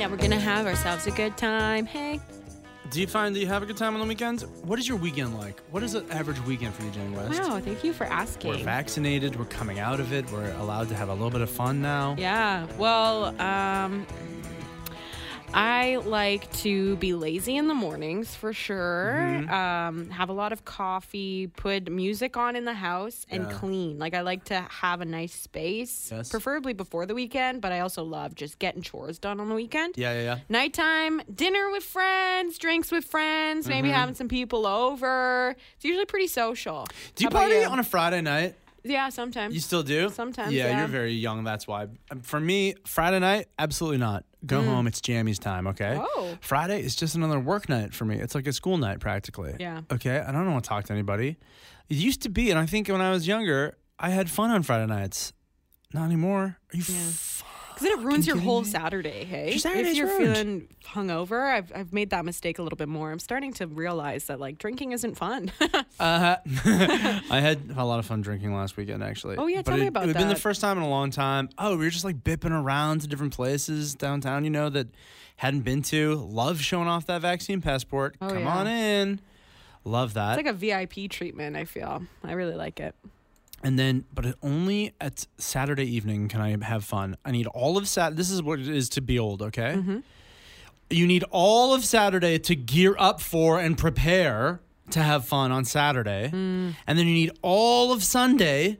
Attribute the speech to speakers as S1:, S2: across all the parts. S1: have ourselves a good time. Hey.
S2: Do you find that you have a good time on the weekends? What is your weekend like? What is an average weekend for you, Jane West?
S1: Wow, thank you for asking.
S2: We're vaccinated. We're coming out of it. We're allowed to have a little bit of fun now.
S1: Yeah. Well, um, I like to be lazy in the mornings for sure.
S2: Mm-hmm.
S1: Um, have a lot of coffee, put music on in the house, and
S2: Yeah.
S1: clean. Like I like to have a nice space,
S2: Yes.
S1: preferably before the weekend. But I also love just getting chores done on the weekend.
S2: Yeah, yeah, yeah.
S1: Nighttime, dinner with friends, drinks with friends, maybe
S2: Mm-hmm.
S1: having some people over. It's usually pretty social.
S2: Do you
S1: How about
S2: party on a Friday night?
S1: Yeah, sometimes.
S2: You still do?
S1: Sometimes,
S2: Yeah,
S1: yeah.
S2: you're very young. That's why. Um, For me, Friday night, absolutely not. Go home. It's jammies time. Okay.
S1: Mm. Oh.
S2: Friday is just another work night for me. It's like a school night practically.
S1: Yeah.
S2: Okay. I don't want to talk to anybody. It used to be, and I think when I was younger, I had fun on Friday nights. Not anymore. Are you? F-
S1: Because then it ruins your
S2: kidding
S1: whole
S2: me?
S1: Saturday, hey?
S2: Your Saturday's
S1: if you're
S2: ruined.
S1: feeling hungover, I've, I've made that mistake a little bit more. I'm starting to realize that, like, drinking isn't fun.
S2: uh, I had a lot of fun drinking last weekend, actually.
S1: Oh, yeah,
S2: But
S1: tell me
S2: it,
S1: about
S2: It had been the
S1: that.
S2: first time in a long time. Oh, we were just like bipping around to different places downtown, you know, that hadn't been to. Love showing off that vaccine passport.
S1: Oh,
S2: Come
S1: yeah.
S2: on in. Love that.
S1: it's like a VIP treatment, I feel. I really like it.
S2: and then, but it only at Saturday evening can I have fun. I need all of Sat. This is what it is to be old, okay? You need all of Saturday to gear up for and prepare to have fun on Saturday. And then you need all of Sunday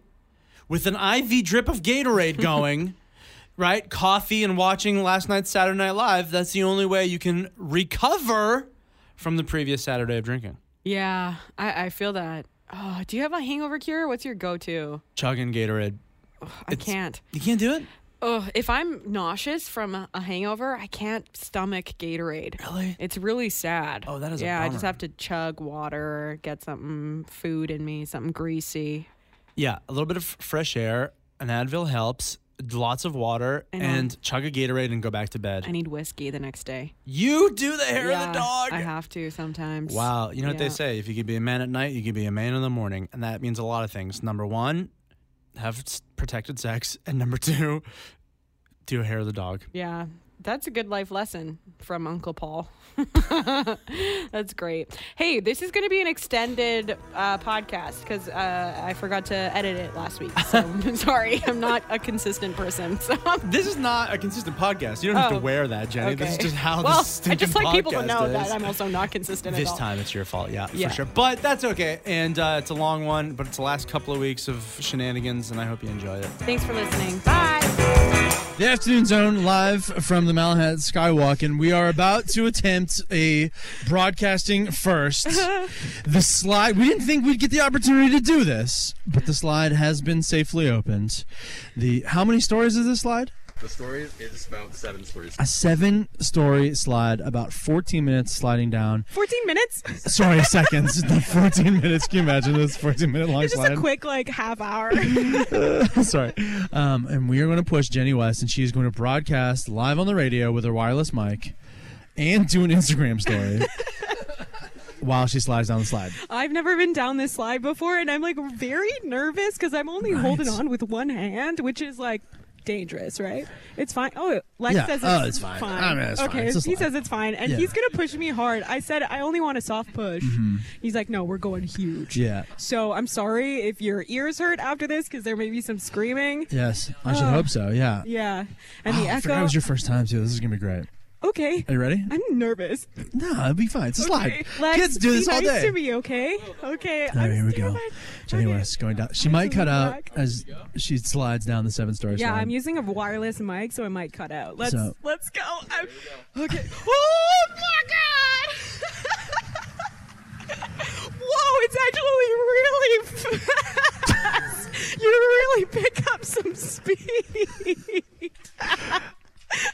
S2: with an IV drip of Gatorade going, right? Coffee and watching last night's Saturday Night Live. That's the only way you can recover from the previous Saturday of drinking.
S1: Yeah, I, I feel that. Oh, do you have a hangover cure? What's your go to?
S2: Chugging Gatorade.
S1: I can't.
S2: You can't do it?
S1: Oh, if I'm nauseous from a, a hangover, I can't stomach Gatorade.
S2: Really?
S1: It's really sad.
S2: Oh, that is a
S1: Yeah, I just
S2: bummer.
S1: have to chug water, get something food in me, something greasy.
S2: Yeah, a little bit of f- fresh air, an Advil helps, lots of water,
S1: know.
S2: and chug a Gatorade and go back to bed.
S1: I need whiskey the next day.
S2: you do the hair of
S1: Yeah,
S2: the dog.
S1: I have to sometimes.
S2: wow, you know what they
S1: Yeah.
S2: say? If you could be a man at night, you could be a man in the morning, and that means a lot of things. Number one, have s- protected sex, and number two, do hair of the dog.
S1: Yeah. That's a good life lesson from Uncle Paul. That's great. Hey, this is going to be an extended uh, podcast because uh, I forgot to edit it last week. So I'm sorry. I'm not a consistent person. So I'm-
S2: This is not a consistent podcast. You don't have to
S1: Oh,
S2: wear that, Jenny. This is
S1: okay.
S2: just how
S1: well,
S2: this
S1: I just
S2: stinking
S1: like people to
S2: podcast
S1: know
S2: is.
S1: that I'm also not consistent
S2: This
S1: at all.
S2: time it's your fault, yeah,
S1: Yeah.
S2: for sure. But that's okay. And uh, it's a long one, but it's the last couple of weeks of shenanigans, and I hope you enjoy it.
S1: Thanks for listening. Bye.
S2: The Afternoon Zone live from the Malahat Skywalk, and we are about to attempt a broadcasting first. the slide, we didn't think we'd get the opportunity to do this, but the slide has been safely opened. The How many stories is this slide?
S3: The story is about seven stories.
S2: A seven story slide, about 14 minutes sliding down.
S4: 14 minutes?
S2: Sorry, seconds. Not 14 minutes. Can you imagine this 14 minute long
S4: Just
S2: slide?
S4: a quick, like, half hour.
S2: Sorry. Um, and we are going to push Jenny West, and she is going to broadcast live on the radio with her wireless mic and do an Instagram story while she slides down the slide.
S4: I've never been down this slide before, and I'm, like, very nervous because I'm only holding on with one hand, which is, like, dangerous, right? It's fine. Oh, Lex
S2: Yeah.
S4: says it's,
S2: Oh, it's fine. I mean, it's fine.
S4: okay,
S2: It's a
S4: he
S2: slide.
S4: says it's fine, and
S2: Yeah. Mm-hmm.
S4: he's going to push me hard. I said I only want a soft push. He's like, no, we're going huge.
S2: Yeah.
S4: So I'm sorry if your ears hurt after this because there may be some screaming.
S2: Yes. I should hope so. Yeah. Oh,
S4: Yeah. And the
S2: I
S4: echo.
S2: forgot it was your first time, too. This is going to be great.
S4: okay.
S2: Are you ready?
S4: I'm nervous.
S2: No, it'll be fine. It's a slide.
S4: Lex,
S2: Kids do
S4: be
S2: this all
S4: nice
S2: day.
S4: to me, okay? Okay.
S2: All right,
S4: I'm
S2: here we go.
S4: terrified.
S2: Jenny
S4: Okay.
S2: West going down. She
S4: I'm
S2: might cut
S4: coming
S2: out
S4: back.
S2: as she slides down the seven story
S4: Yeah,
S2: slide.
S4: I'm using a wireless mic, so I might cut out. Let's
S2: So-
S4: let's go. I'm, okay. Oh my god! Whoa, it's actually really fast. you really pick up some speed.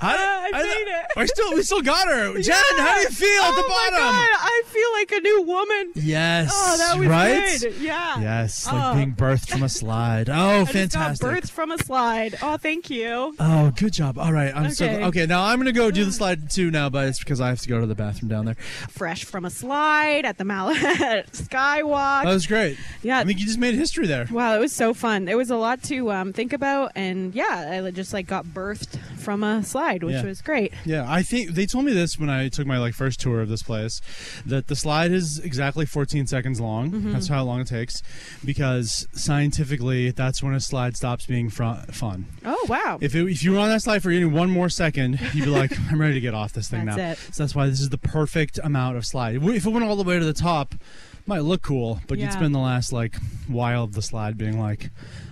S2: I,
S4: I made it.
S2: We still, we still got her. Jen, how do you feel at
S4: Oh
S2: the
S4: my
S2: bottom?
S4: God, I feel like a new woman.
S2: Yes.
S4: Oh, that was
S2: right?
S4: good. Yeah.
S2: Yes, like
S4: Oh.
S2: being birthed from a slide. Oh,
S4: I just got
S2: fantastic.
S4: birthed from a slide. Oh, thank you.
S2: Oh, good job. All right, I'm so
S4: Okay. Mm.
S2: okay. Now I'm gonna go do the slide too now, but it's because I have to go to the bathroom down there.
S4: Fresh from a slide at the Malahat Skywalk.
S5: Oh.
S2: That was great.
S4: Yeah.
S2: I mean, you just made history there.
S4: Wow, it was so fun. It was a lot to um, think about, and yeah, I li- just like got birthed from a slide, which
S5: Yeah.
S4: was great.
S5: Yeah, I think they told me this when I took my like first tour of this place, that the slide is exactly 14 seconds long.
S4: Mm-hmm.
S5: That's how long it takes, because scientifically, that's when a slide stops being fr- fun.
S4: Oh wow!
S5: If it, if you were on that slide for even one more second, you'd be like, I'm ready to get off this thing
S4: That's
S5: now.
S4: it.
S5: So that's why this is the perfect amount of slide. If it went all the way to the top, might look cool, but
S4: Yeah.
S5: you'd spend the last like while of the slide being like,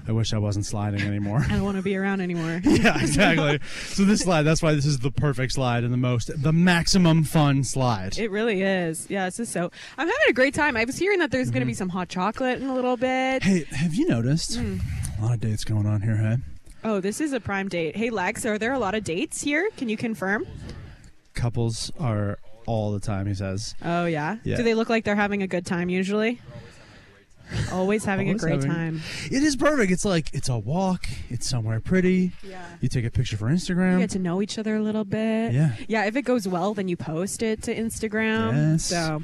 S5: I wish I wasn't sliding anymore.
S4: I don't want to be around anymore.
S5: yeah, exactly. so this slide, that's why this is the perfect slide and the most, the maximum fun slide.
S4: It really is. Yeah, this is so. I'm having a great time. I was hearing that there's going to be some hot chocolate in a little bit.
S5: Mm-hmm. hey, have you noticed
S4: Hmm.
S5: a lot of dates going on here? Hey,
S4: Oh, this is a prime date. Hey, Lex, are there a lot of dates here? Can you confirm?
S5: couples are all the time. He says,
S4: Oh, yeah.
S5: Yeah.
S4: Do they look like they're having a good time usually? Always having
S5: Always
S4: a great
S5: having-
S4: time.
S5: it is perfect. It's like it's a walk. It's somewhere pretty.
S4: Yeah.
S5: You take a picture for
S4: You
S5: Instagram.
S4: get to know each other a little bit.
S5: Yeah.
S4: Yeah, if it goes well, then you post it to Instagram.
S5: Yes.
S4: So,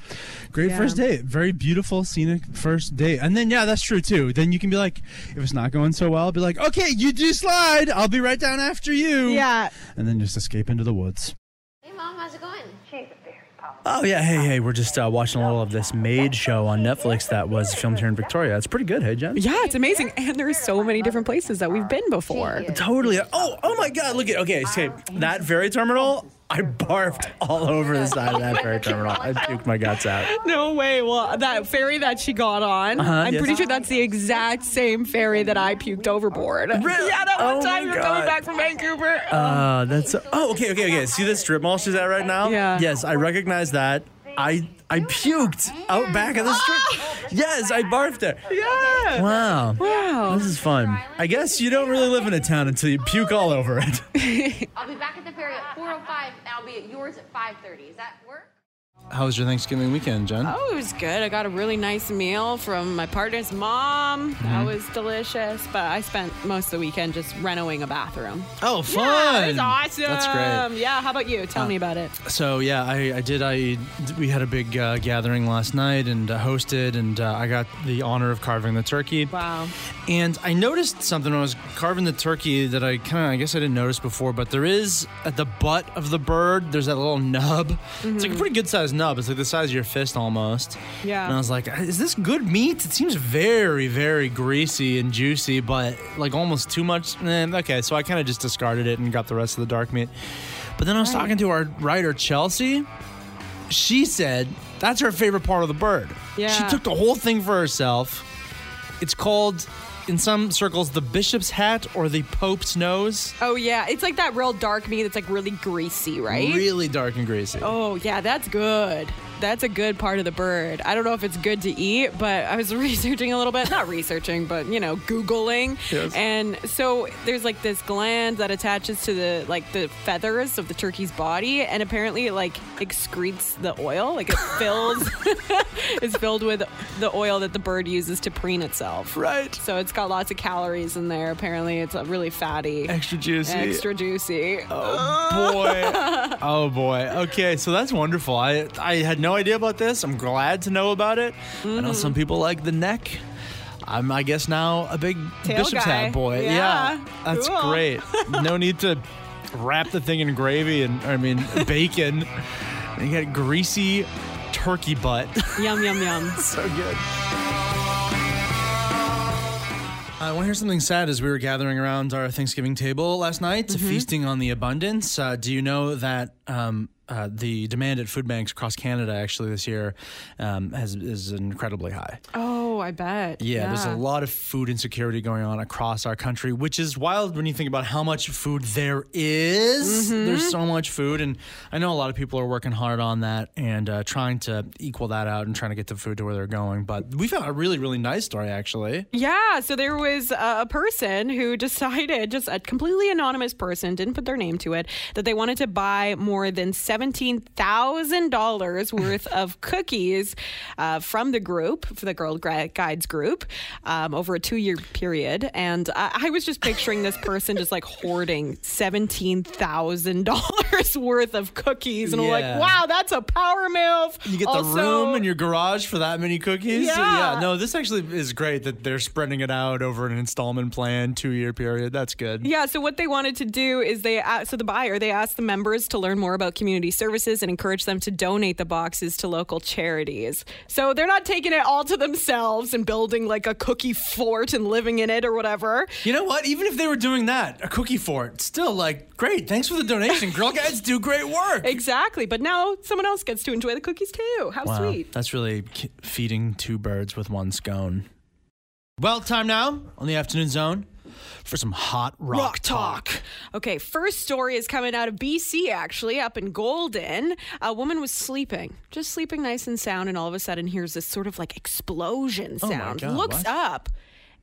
S5: Great
S4: Yeah.
S5: first date. Very beautiful, scenic first date. And then, yeah, that's true too. Then you can be like, if it's not going so well, be like, okay, you do slide. I'll be right down after you.
S4: yeah.
S5: And then just escape into the woods.
S6: Hey, Mom, how's it going? She's a very popular.
S2: Oh yeah, hey hey, we're just uh, watching a little of this maid show on Netflix that was filmed here in Victoria. It's pretty good, hey Jen.
S1: Yeah, it's amazing. And there's so many different places that we've been before.
S2: Totally. Oh oh my God, look at okay, okay. That ferry terminal. I barfed all over the side of that ferry terminal. I puked my guts out.
S1: No way. Well, that ferry that she got on, I'm
S2: Uh-huh, yes.
S1: pretty sure that's the exact same ferry that I puked overboard.
S2: Really?
S1: Yeah, that one
S2: Oh
S1: time
S2: my
S1: you're coming
S2: God.
S1: back from Vancouver.
S2: Uh, that's oh okay okay okay. See this strip mall she's at right now?
S1: Yeah.
S2: Yes, I recognize that. I I puked out back of the strip. Yes, I barfed there.
S1: Oh. yeah.
S2: Wow.
S1: Wow.
S2: This is fun. I guess you don't really live in a town until you puke all over it.
S6: I'll be back at the ferry at 4.05, and I'll be at yours at 5.30. Does that work?
S5: How was your Thanksgiving weekend, Jen?
S1: Oh, it was good. I got a really nice meal from my partner's mom. That was delicious. But I spent most of the weekend just renovating a bathroom.
S2: Oh, fun.
S1: Yeah, it was awesome.
S2: That's great.
S1: Yeah, how about you? Tell me about it.
S2: So yeah, I, I did. I we had a big uh, gathering last night and uh, hosted, and uh, I got the honor of carving the turkey.
S1: Wow.
S2: And I noticed something when I was carving the turkey that I kind of, I guess I didn't notice before, but there is at the butt of the bird, there's that little nub. It's like a pretty good sized nub. It's like the size of your fist almost.
S1: Mm-hmm. Yeah.
S2: And I was like, is this good meat? It seems very, very greasy and juicy, but like almost too much. Eh, okay, so I kind of just discarded it and got the rest of the dark meat. But then I was talking to our writer, Chelsea. She said that's her favorite part of the bird. She
S1: Yeah.
S2: took the whole thing for herself. It's called, in some circles, the bishop's hat or the pope's nose.
S1: Oh, yeah. It's like that real dark meat that's like really greasy, right?
S2: Really dark and greasy.
S1: Oh, yeah, that's good. That's a good part of the bird. I don't know if it's good to eat, but I was researching a little bit. Not researching, but, you know, Googling.
S2: Yes.
S1: And so there's like this gland that attaches to the, like, the feathers of the turkey's body. And apparently it, like, excretes the oil. Like, it fills, is filled with the oil that the bird uses to preen itself.
S2: Right.
S1: So it's got lots of calories in there. Apparently it's uh, really fatty.
S2: Extra juicy. Oh.
S1: Extra juicy.
S2: boy. oh boy. Okay, so that's wonderful. I I had no idea about this. I'm glad to know about it. I
S1: Mm.
S2: know some people like the neck. I'm I guess now a big
S1: Tail
S2: bishop's
S1: guy.
S2: hat boy.
S1: Yeah,
S2: that's
S1: cool.
S2: great. No need to wrap the thing in gravy and I mean bacon. And you got greasy turkey butt.
S1: Yum, yum, yum.
S2: so good. Uh, I want to hear something sad as we were gathering around our Thanksgiving table last night, feasting on the abundance. Uh, do you know that um, uh, the demand at food banks across Canada actually this year um, has, is incredibly high?
S1: Oh, I bet.
S2: Yeah, there's a lot of food insecurity going on across our country, which is wild when you think about how much food there is.
S1: Mm-hmm.
S2: There's so much food, and I know a lot of people are working hard on that and uh, trying to equal that out and trying to get the food to where they're going. But we found a really, really nice story actually.
S1: Yeah, so there was a a person who decided, just a completely anonymous person, didn't put their name to it, that they wanted to buy more than $17,000 worth of cookies uh, from the group, for the Girl Gra- Traffic Guides group um, over a two year period. And I, I was just picturing this person just like hoarding $17,000 worth of cookies. And I'm
S2: Yeah.
S1: like, wow, that's a power move.
S2: You get
S1: Also-
S2: the room in your garage for that many cookies.
S1: Yeah.
S2: no, this actually is great that they're spreading it out over an installment plan, two year period. That's good.
S1: Yeah, so what they wanted to do is they a- so the buyer they asked the members to learn more about community services and encourage them to donate the boxes to local charities. So they're not taking it all to themselves and building like a cookie fort and living in it or whatever.
S2: You know what? Even if they were doing that, a cookie fort, still like, great, thanks for the donation. Girl Guides do great work.
S1: Exactly, but now someone else gets to enjoy the cookies too. How sweet.
S2: That's really ki- feeding two birds with one scone. Well, time now on the afternoon zone for some hot rock, talk.
S1: Okay, first story is coming out of BC, actually, up in Golden. A woman was sleeping, just sleeping nice and sound, and all of a sudden hears this sort of like explosion
S2: Oh my
S1: sound.
S2: God,
S1: Looks
S2: what?
S1: up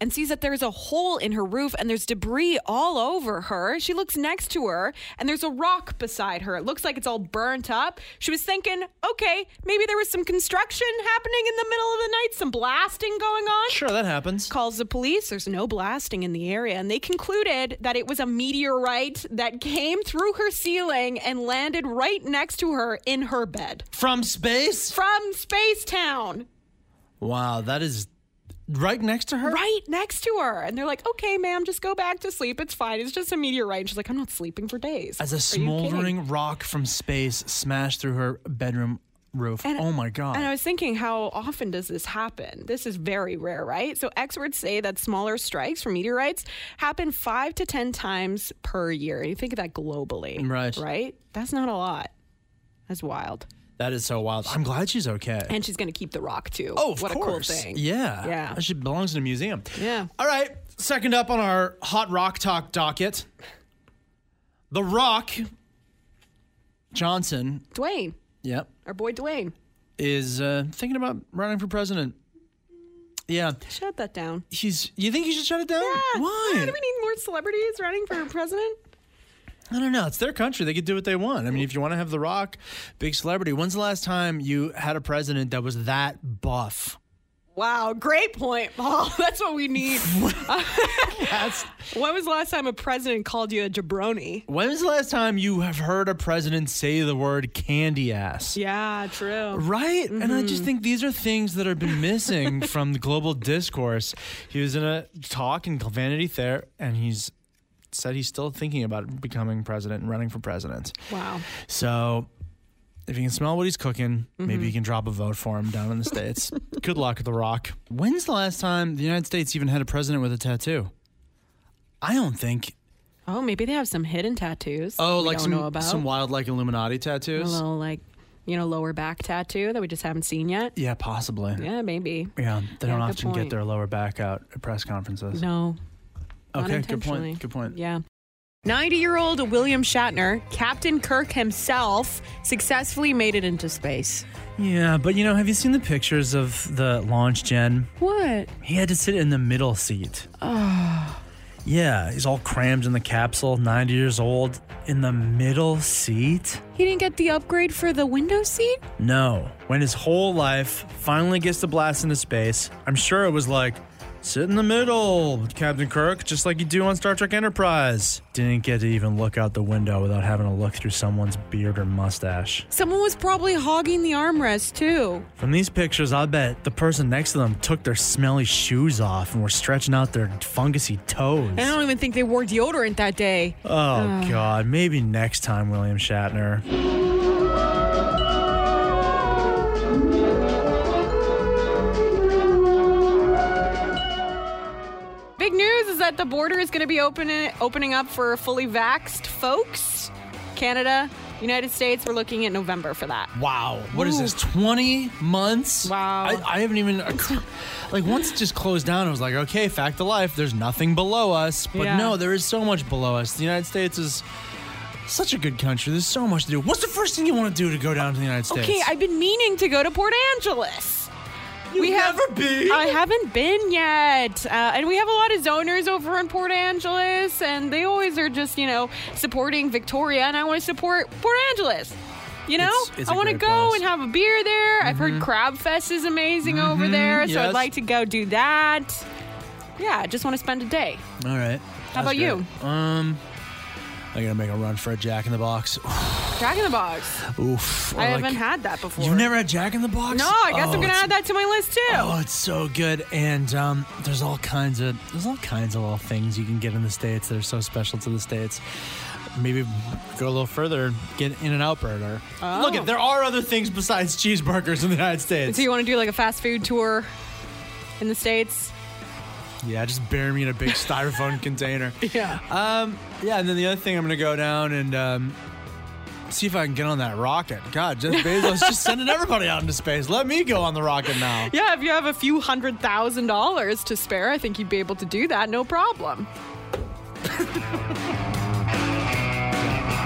S1: and sees that there's a hole in her roof and there's debris all over her. She looks next to her and there's a rock beside her. It looks like it's all burnt up. She was thinking, okay, maybe there was some construction happening in the middle of the night, some blasting going on
S2: Sure, that happens.
S1: calls the police. There's no blasting in the area. And they concluded that it was a meteorite that came through her ceiling and landed right next to her in her bed
S2: From space?
S1: from Spacetown,
S2: Wow, that is right next to her?
S1: right next to her. And they're like, okay, ma'am, just go back to sleep. It's fine. It's just a meteorite. And she's like, I'm not sleeping for days.
S2: As
S1: Are
S2: a
S1: you kidding?
S2: smoldering rock from space smashed through her bedroom roof. oh my God.
S1: And I was thinking, how often does this happen? This is very rare, right? So experts say that smaller strikes from meteorites happen five to ten times per year. You think of that globally,
S2: Right.
S1: Right? That's not a lot. That's wild.
S2: that is so wild. I'm glad she's okay.
S1: And she's going to keep the rock too.
S2: Oh, of
S1: what
S2: course.
S1: a cool thing.
S2: Yeah.
S1: Yeah.
S2: She belongs in a museum.
S1: Yeah.
S2: All right. Second up on our Hot Rock Talk docket The Rock Johnson.
S1: Dwayne,
S2: Yep.
S1: our boy Dwayne,
S2: Is uh, thinking about running for president. Yeah.
S1: shut that down.
S2: He's. You think he should shut it down?
S1: Yeah.
S2: Why?
S1: Do we need more celebrities running for president?
S2: I don't know. It's their country. They could do what they want. I mean, if you want to have The Rock, big celebrity. When's the last time you had a president that was that buff?
S1: Wow, great point, Paul. That's what we need.
S2: That's.
S1: when was the last time a president called you a jabroni?
S2: When was the last time you have heard a president say the word candy ass?
S1: Yeah, true.
S2: Right? And I
S1: Mm-hmm.
S2: just think these are things that have been missing from the global discourse. He was in a talk in Vanity Fair and he's said he's still thinking about becoming president and running for president.
S1: Wow.
S2: So if you can smell what he's cooking, maybe
S1: Mm-hmm.
S2: you can drop a vote for him down in the States. Good luck with The Rock. When's the last time the United States even had a president with a tattoo? I don't think.
S1: Oh, maybe they have some hidden tattoos.
S2: Oh,
S1: we
S2: like
S1: don't
S2: some,
S1: know about
S2: some wild, like Illuminati tattoos?
S1: a little like you know lower back tattoo that we just haven't seen yet.
S2: Yeah, possibly.
S1: Yeah, maybe.
S2: Yeah, they don't
S1: good
S2: often get
S1: point.
S2: their lower back out at press conferences.
S1: No.
S2: okay, good
S1: unintentionally.
S2: point. Good point.
S1: Yeah. 90 year old William Shatner, Captain Kirk himself, successfully made it into space.
S2: Yeah, but you know, have you seen the pictures of the launch gen?
S1: What?
S2: He had to sit in the middle seat. Oh. Yeah, he's all crammed in the capsule, 90 years old, in the middle seat?
S1: He didn't get the upgrade for the window seat?
S2: No. When his whole life finally gets to blast into space, I'm sure it was like, sit in the middle, Captain Kirk, just like you do on Star Trek Enterprise. Didn't get to even look out the window without having to look through someone's beard or mustache.
S1: Someone was probably hogging the armrest too.
S2: From these pictures, I bet the person next to them took their smelly shoes off and were stretching out their fungusy toes.
S1: I don't even think they wore deodorant that day.
S2: Oh, God. Maybe next time, William Shatner.
S1: Big news is that the border is going to be opening opening up for fully vaxxed folks. Canada, United States, we're looking at November for that.
S2: Wow. what is this? 20 months?
S1: Wow.
S2: I, I haven't even. occur- Like, once it just closed down, it was like, okay, fact of life, there's nothing below us. But
S1: Yeah.
S2: no, there is so much below us. The United States is such a good country. There's so much to do. What's the first thing you want to do to go down to the United States?
S1: Okay, I've been meaning to go to Port Angeles. we
S2: never been?
S1: I haven't been yet, uh, and we have a lot of zoners over in Port Angeles, and they always are just you know supporting Victoria, and I want to support Port Angeles. You know,
S2: It's- it's
S1: I
S2: a
S1: want to go
S2: great place. Mm-hmm.
S1: and have a beer there. I've heard Crab Fest is amazing over there, so
S2: yes.
S1: I'd like to go do that. Yeah, I just want to spend a day.
S2: All right. That's
S1: about you?
S2: great. Um, I'm gonna make a run for a Jack in the Box.
S1: Jack in the Box.
S2: Oof. or
S1: I
S2: Oh, like-
S1: haven't had that before.
S2: You've never had Jack in the Box?
S1: No, I guess
S2: Oh,
S1: I'm gonna
S2: it's-
S1: add that to my list too.
S2: Oh, it's so good, and um, there's all kinds of there's all kinds of little things you can get in the states that are so special to the states. Maybe go a little further, get In and Out Burger. Look, at- there are other things besides cheeseburgers in the United States.
S1: So you want to do like a fast food tour in the states?
S2: Yeah, just bury me in a big styrofoam container.
S1: Yeah.
S2: Um, yeah, and then the other thing, I'm gonna go down and um, see if I can get on that rocket. God, Jeff Bezos just sending everybody out into space. Let me go on the rocket now.
S1: Yeah, if you have a few hundred thousand dollars to spare, I think you'd be able to do that, no problem.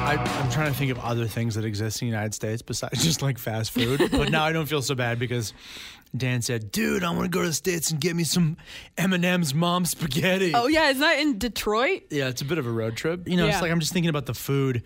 S2: I, I'm trying to think of other things that exist in the United States besides just like fast food. but now I don't feel so bad because Dan said, "Dude, I want to go to the states and get me some M&M's mom spaghetti."
S1: Oh yeah, is that in Detroit?
S2: Yeah, it's a bit of a road trip. You know,
S1: Yeah.
S2: it's like I'm just thinking about the food.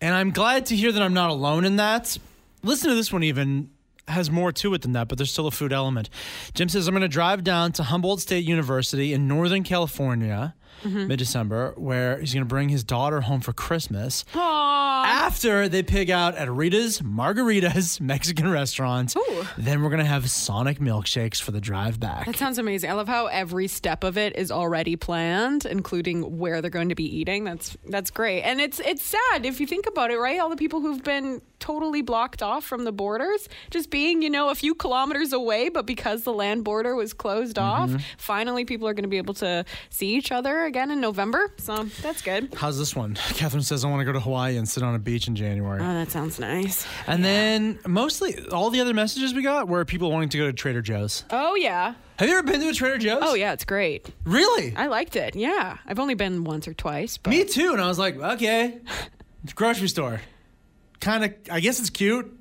S2: And I'm glad to hear that I'm not alone in that. Listen to this one, even has more to it than that, but there's still a food element. Jim says, I'm going to drive down to Humboldt State University in Northern California
S1: Mm-hmm.
S2: mid December, where he's going to bring his daughter home for Christmas
S1: Aww.
S2: after they pig out at Rita's Margaritas Mexican restaurant.
S1: Ooh.
S2: Then we're going to have Sonic milkshakes for the drive back.
S1: That sounds amazing. I love how every step of it is already planned, including where they're going to be eating. That's that's great. And it's it's sad if you think about it, right? All the people who've been totally blocked off from the borders, just being, you know, a few kilometers away, but because the land border was closed off, finally people are going to be able to see each other again in November. So, that's good.
S2: How's this one? Catherine says, I want to go to Hawaii and sit on a beach in January.
S1: Oh, that sounds nice.
S2: And then mostly all the other messages we got were people wanting to go to Trader Joe's.
S1: Oh yeah.
S2: Have you ever been to a Trader Joe's?
S1: Oh yeah, it's great.
S2: Really?
S1: I liked it. Yeah. I've only been once or twice, but
S2: Me too. And I was like, okay, It's a grocery store. Kind of, I guess it's cute.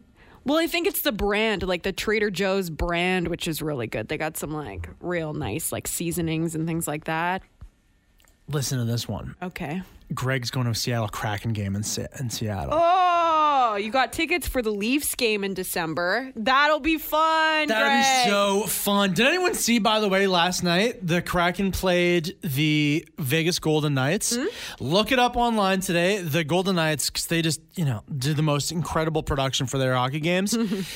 S1: Well, I think it's the brand, like the Trader Joe's brand, which is really good. They got some like real nice like seasonings and things like that.
S2: Listen to this one.
S1: Okay.
S2: Greg's going to a Seattle Kraken game in, Se- in Seattle.
S1: Oh, you got tickets for the Leafs game in December. That'll be fun.
S2: That'd
S1: Greg.
S2: be so fun. Did anyone see, by the way, last night the Kraken played the Vegas Golden Knights? Look it up online today. The Golden Knights, because they just, you know, do the most incredible production for their hockey games,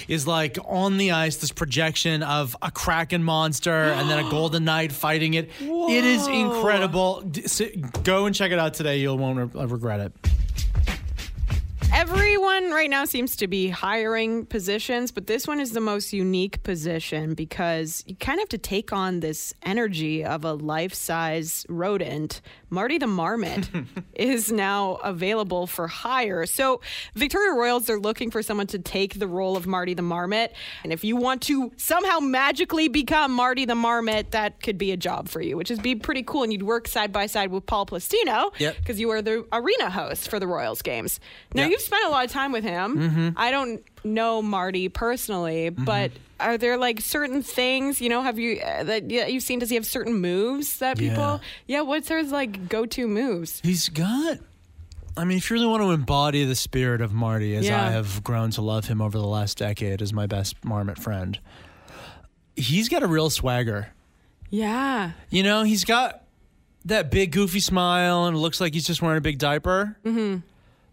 S2: is like on the ice, this projection of a Kraken monster and then a Golden Knight fighting it. It is incredible. D- sit- Go and check it out today. You won't re- regret it.
S1: Everyone right now seems to be hiring positions, but this one is the most unique position because you kind of have to take on this energy of a life size rodent. Marty the Marmot is now available for hire. So, Victoria Royals, they're looking for someone to take the role of Marty the Marmot. And if you want to somehow magically become Marty the Marmot, that could be a job for you, which would be pretty cool. And you'd work side by side with Paul Plastino because
S2: Yep.
S1: you are the arena host for the Royals games. Now you've spent a lot of time with him.
S2: Mm-hmm.
S1: I don't know Marty personally, but are there like certain things you know? Have you uh, that yeah, you've seen? Does he have certain moves that people? Yeah, what's his like go-to moves?
S2: He's got. I mean, if you really want to embody the spirit of Marty, as
S1: Yeah.
S2: I have grown to love him over the last decade as my best marmot friend, he's got a real swagger.
S1: Yeah,
S2: You know, he's got that big goofy smile and looks like he's just wearing a big diaper. Mm-hmm.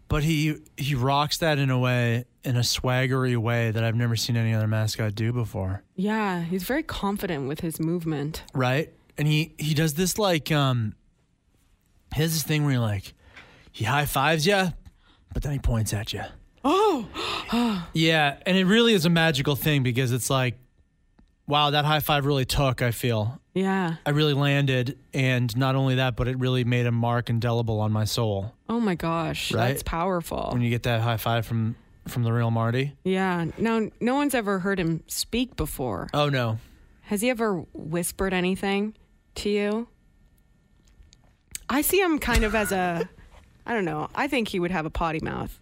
S2: But he he rocks that in a way, in a swaggery way that I've never seen any other mascot do before.
S1: yeah, he's very confident with his movement.
S2: right? And he he does this like um he has this thing where he like he high fives you, but then he points at you. Oh, yeah, and it really is a magical thing because it's like, wow, that high five really took. I feel
S1: Yeah.
S2: I really landed, and not only that, but it really made a mark indelible on my soul
S1: Oh my gosh,
S2: Right?
S1: that's powerful.
S2: when you get that high five from from the real Marty.
S1: yeah. Now, no one's ever heard him speak before.
S2: Oh no,
S1: Has he ever whispered anything to you? I see him kind of as a, I don't know. I think he would have a potty mouth.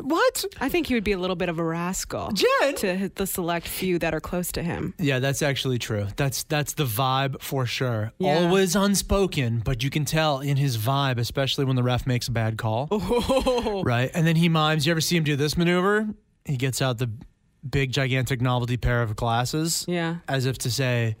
S2: What?
S1: I think he would be a little bit of a rascal.
S2: Jed!
S1: To hit the select few that are close to him.
S2: Yeah, that's actually true. That's that's the vibe for sure.
S1: Yeah.
S2: Always unspoken, but you can tell in his vibe, especially when the ref makes a bad call.
S1: Oh.
S2: Right? And then he mimes. You ever see him do this maneuver? He gets out the big gigantic novelty pair of glasses.
S1: Yeah.
S2: As if to say,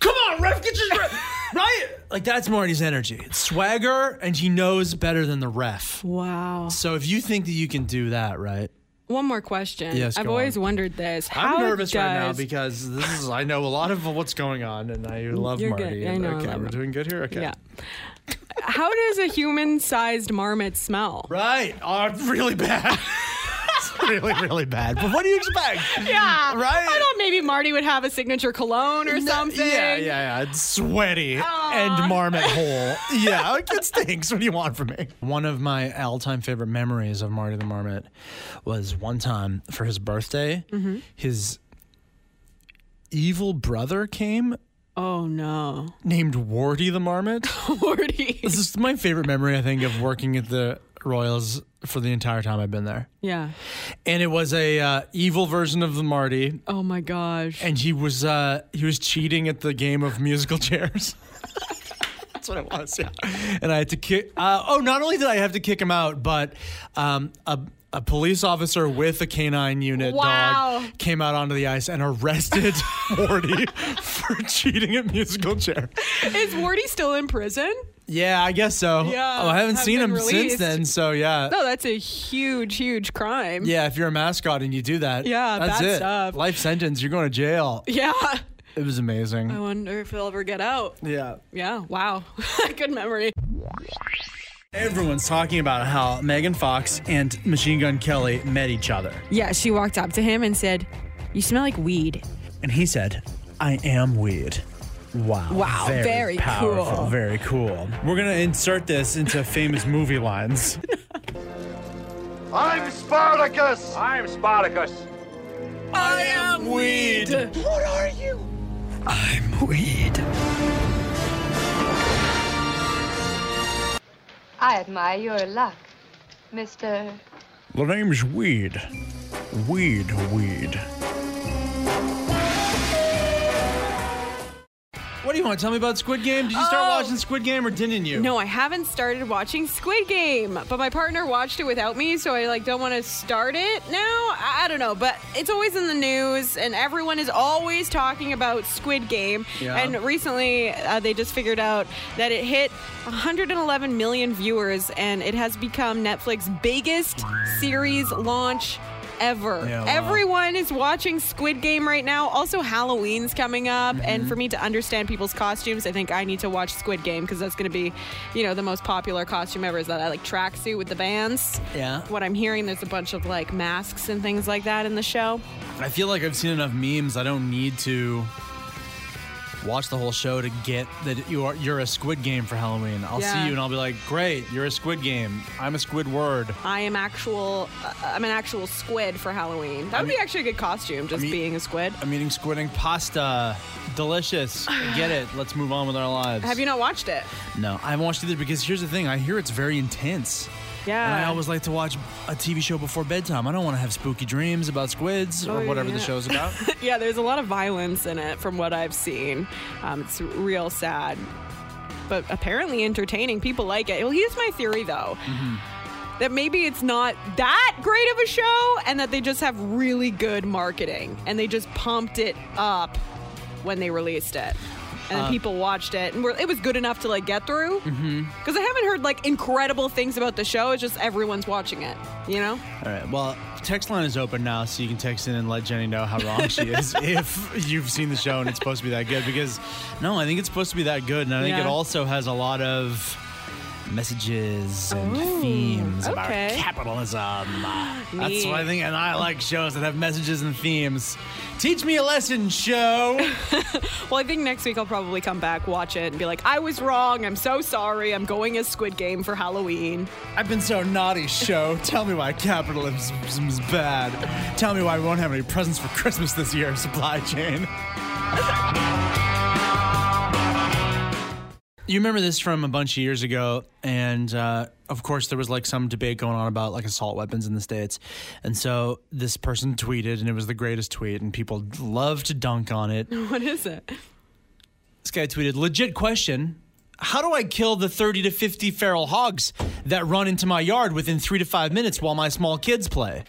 S2: "Come on, ref, get your ref." right?" Like that's Marty's energy. It's swagger and he knows better than the ref.
S1: Wow.
S2: So if you think that you can do that, right?
S1: One more question.
S2: Yes,
S1: I've
S2: go
S1: always
S2: on.
S1: wondered this. How
S2: I'm nervous right now
S1: does-
S2: because this is I know a lot of what's going on and I love
S1: You're
S2: Marty.
S1: good. I
S2: and-
S1: know, I
S2: okay,
S1: love
S2: we're
S1: him.
S2: doing good here. Okay.
S1: Yeah. How does a human-sized marmot smell?
S2: Right. Oh, really bad. it's really, really bad. But what do you expect?
S1: Yeah.
S2: Right?
S1: I thought maybe Marty would have a signature cologne or
S2: No,
S1: something.
S2: Yeah, yeah, yeah. It's sweaty and marmot hole. Yeah, like, it stinks. What do you want from me? One of my all-time favorite memories of Marty the Marmot was one time for his birthday,
S1: Mm-hmm.
S2: his evil brother came
S1: Oh no.
S2: named Wardy the Marmot.
S1: Morty.
S2: This is my favorite memory, I think, of working at the Royals for the entire time I've been there.
S1: Yeah.
S2: And it was a uh, evil version of the Marty,
S1: Oh my gosh.
S2: and he was uh, he was cheating at the game of musical chairs. That's what it was. Yeah. And I had to kick. Uh, oh, not only did I have to kick him out, but um, a. A police officer with a canine unit
S1: Wow.
S2: dog came out onto the ice and arrested Morty for cheating at musical chairs.
S1: Is Wardy still in prison?
S2: Yeah, I guess so.
S1: Yeah,
S2: Oh, I haven't
S1: have
S2: seen
S1: been
S2: him since
S1: released.
S2: then. So yeah,
S1: No, Oh, that's a huge, huge crime.
S2: yeah. If you're a mascot and you do that,
S1: Yeah,
S2: that's
S1: bad
S2: it.
S1: stuff.
S2: Life sentence. You're going to jail.
S1: Yeah.
S2: It was amazing.
S1: I wonder if he'll ever get out.
S2: Yeah.
S1: Yeah. Wow. Good memory.
S5: Everyone's talking about how Megan Fox and Machine Gun Kelly met each other.
S1: Yeah, she walked up to him and said, You smell like weed.
S5: And he said, I am weird. Wow.
S1: Wow, very
S5: powerful,
S1: cool.
S5: Very cool. We're going to insert this into famous movie lines.
S7: I'm Spartacus! I'm Spartacus!
S1: I am weed.
S5: I'm weird.
S8: I admire your luck, Mr.
S5: The name's Weed. Weed, weed.
S2: What do you want? Tell me about Squid Game. Did you start
S1: Oh.
S2: watching Squid Game or didn't you?
S1: No, I haven't started watching Squid Game, but my partner watched it without me, so I like don't want to start it now. I, I don't know, but it's always in the news, and everyone is always talking about Squid Game.
S2: Yeah.
S1: And recently, uh, they just figured out that it hit 111 million viewers, and it has become Netflix's biggest series launch. Ever.
S2: Yeah, wow.
S1: Everyone is watching Squid Game right now. Also, Halloween's coming up, and
S2: Mm-hmm.
S1: for me to understand people's costumes, I think I need to watch Squid Game because that's going to be, you know, the most popular costume ever. Is that like tracksuit with the bands?
S2: Yeah.
S1: What I'm hearing, there's a bunch of like masks and things like that in the show.
S2: I feel like I've seen enough memes. I don't need to watch the whole show to get that you are you're a Squid Game for Halloween. I'll
S1: Yeah.
S2: see you and I'll be like, great, you're a Squid Game. I'm a Squid Word.
S1: I am actual. Uh, I'm an actual squid for Halloween. That would be actually a good costume, just
S2: mean-
S1: being a squid.
S2: I'm eating squid ink pasta. Delicious. Get it. Let's move on with our lives.
S1: Have you not watched it?
S2: No, I haven't watched either because here's the thing. I hear it's very intense.
S1: Yeah.
S2: And I always like to watch a TV show before bedtime. I don't want to have spooky dreams about squids
S1: Oh,
S2: or
S1: yeah,
S2: whatever the
S1: yeah.
S2: show's about.
S1: yeah, there's a lot of violence in it from what I've seen. Um, it's real sad, but apparently entertaining. People like it. Well, here's my theory though. That maybe it's not that great of a show, and that they just have really good marketing, and they just pumped it up when they released it, and then people watched it, and were, it was good enough to like get through. Because I haven't heard like incredible things about the show. It's just everyone's watching it, you know.
S2: All right. Well, text line is open now, so you can text in and let Jenny know how wrong she is if you've seen the show and it's supposed to be that good. Because, no, I think it's supposed to be that good. And I think
S1: Yeah.
S2: it also has a lot of messages and themes about
S1: okay.
S2: capitalism. That's
S1: Neat.
S2: what I think. And I like shows that have messages and themes. Teach me a lesson, show.
S1: Well, I think next week I'll probably come back, watch it, and be like, I was wrong. I'm so sorry. I'm going as Squid Game for Halloween.
S2: I've been so naughty, show. Tell me why capitalism is bad. Tell me why we won't have any presents for Christmas this year, supply chain. You remember this from a bunch of years ago, and uh, of course there was like some debate going on about like assault weapons in the states, and so this person tweeted, and it was the greatest tweet, and people love to dunk on it.
S1: What is it?
S2: This guy tweeted, legit question. How do I kill the 30 to 50 feral hogs that run into my yard within three to five minutes while my small kids play?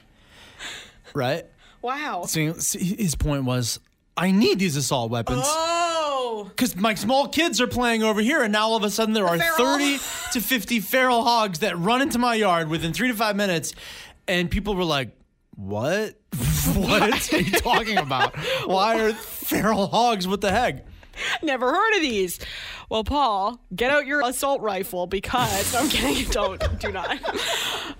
S2: Right?
S1: Wow.
S2: So see, his point was, I need these assault weapons
S1: Oh.
S2: because my small kids are playing over here, and now all of a sudden there are
S1: Feral.
S2: 30 to 50 feral hogs that run into my yard within three to five minutes. And people were like, What? what are you talking about? Why are feral hogs? What the heck?
S1: Never heard of these. Well, Paul, get out your assault rifle because I'm kidding. Don't do not.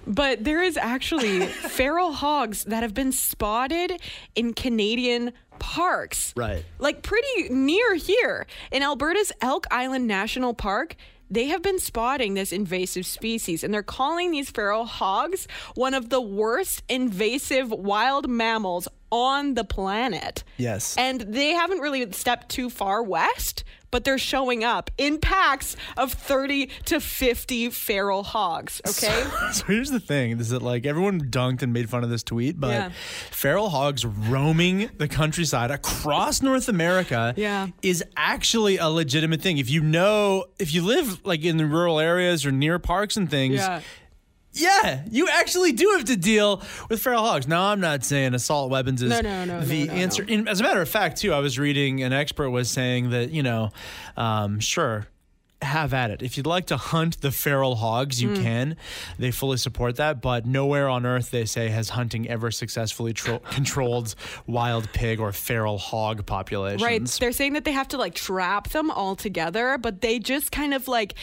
S1: But there is actually feral hogs that have been spotted in Canadian parks.
S2: Right.
S1: Like pretty near here in Alberta's Elk Island National Park. They have been spotting this invasive species and they're calling these feral hogs one of the worst invasive wild mammals on the planet.
S2: Yes.
S1: And they haven't really stepped too far west, but they're showing up in packs of 30 to 50 feral hogs, okay?
S2: So here's the thing: is that like everyone dunked and made fun of this tweet, but
S1: Yeah.
S2: feral hogs roaming the countryside across North America
S1: Yeah.
S2: is actually a legitimate thing. If you know, if you live like in the rural areas or near parks and things,
S1: yeah.
S2: yeah, you actually do have to deal with feral hogs. Now, I'm not saying assault weapons is
S1: No, no, no,
S2: the
S1: no, no,
S2: answer.
S1: no.
S2: And as a matter of fact, too, I was reading an expert was saying that you know, um, sure, have at it. If you'd like to hunt the feral hogs,
S1: Hmm.
S2: you can. They fully support that, but nowhere on earth they say has hunting ever successfully tro- controlled wild pig or feral hog populations.
S1: Right. They're saying that they have to like trap them all together, but they just kind of like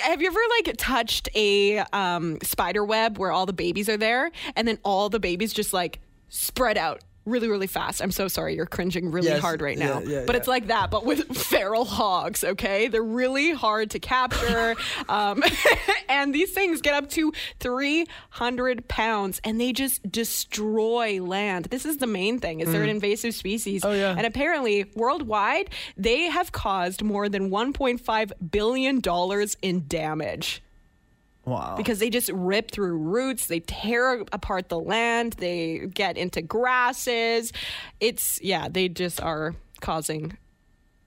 S1: have you ever like touched a um spider web where all the babies are there and then all the babies just like spread out really really fast. I'm so sorry you're cringing really
S2: Yes,
S1: hard right now.
S2: yeah, yeah,
S1: but
S2: yeah.
S1: it's like that but with feral hogs, okay? They're really hard to capture. um and these things get up to 300 pounds and they just destroy land. This is the main thing. Is they're an invasive species?
S2: Mm. Oh, yeah.
S1: And apparently, worldwide, they have caused more than $1.5 billion in damage
S2: Wow.
S1: because they just rip through roots, they tear apart the land, they get into grasses. It's, yeah, they just are causing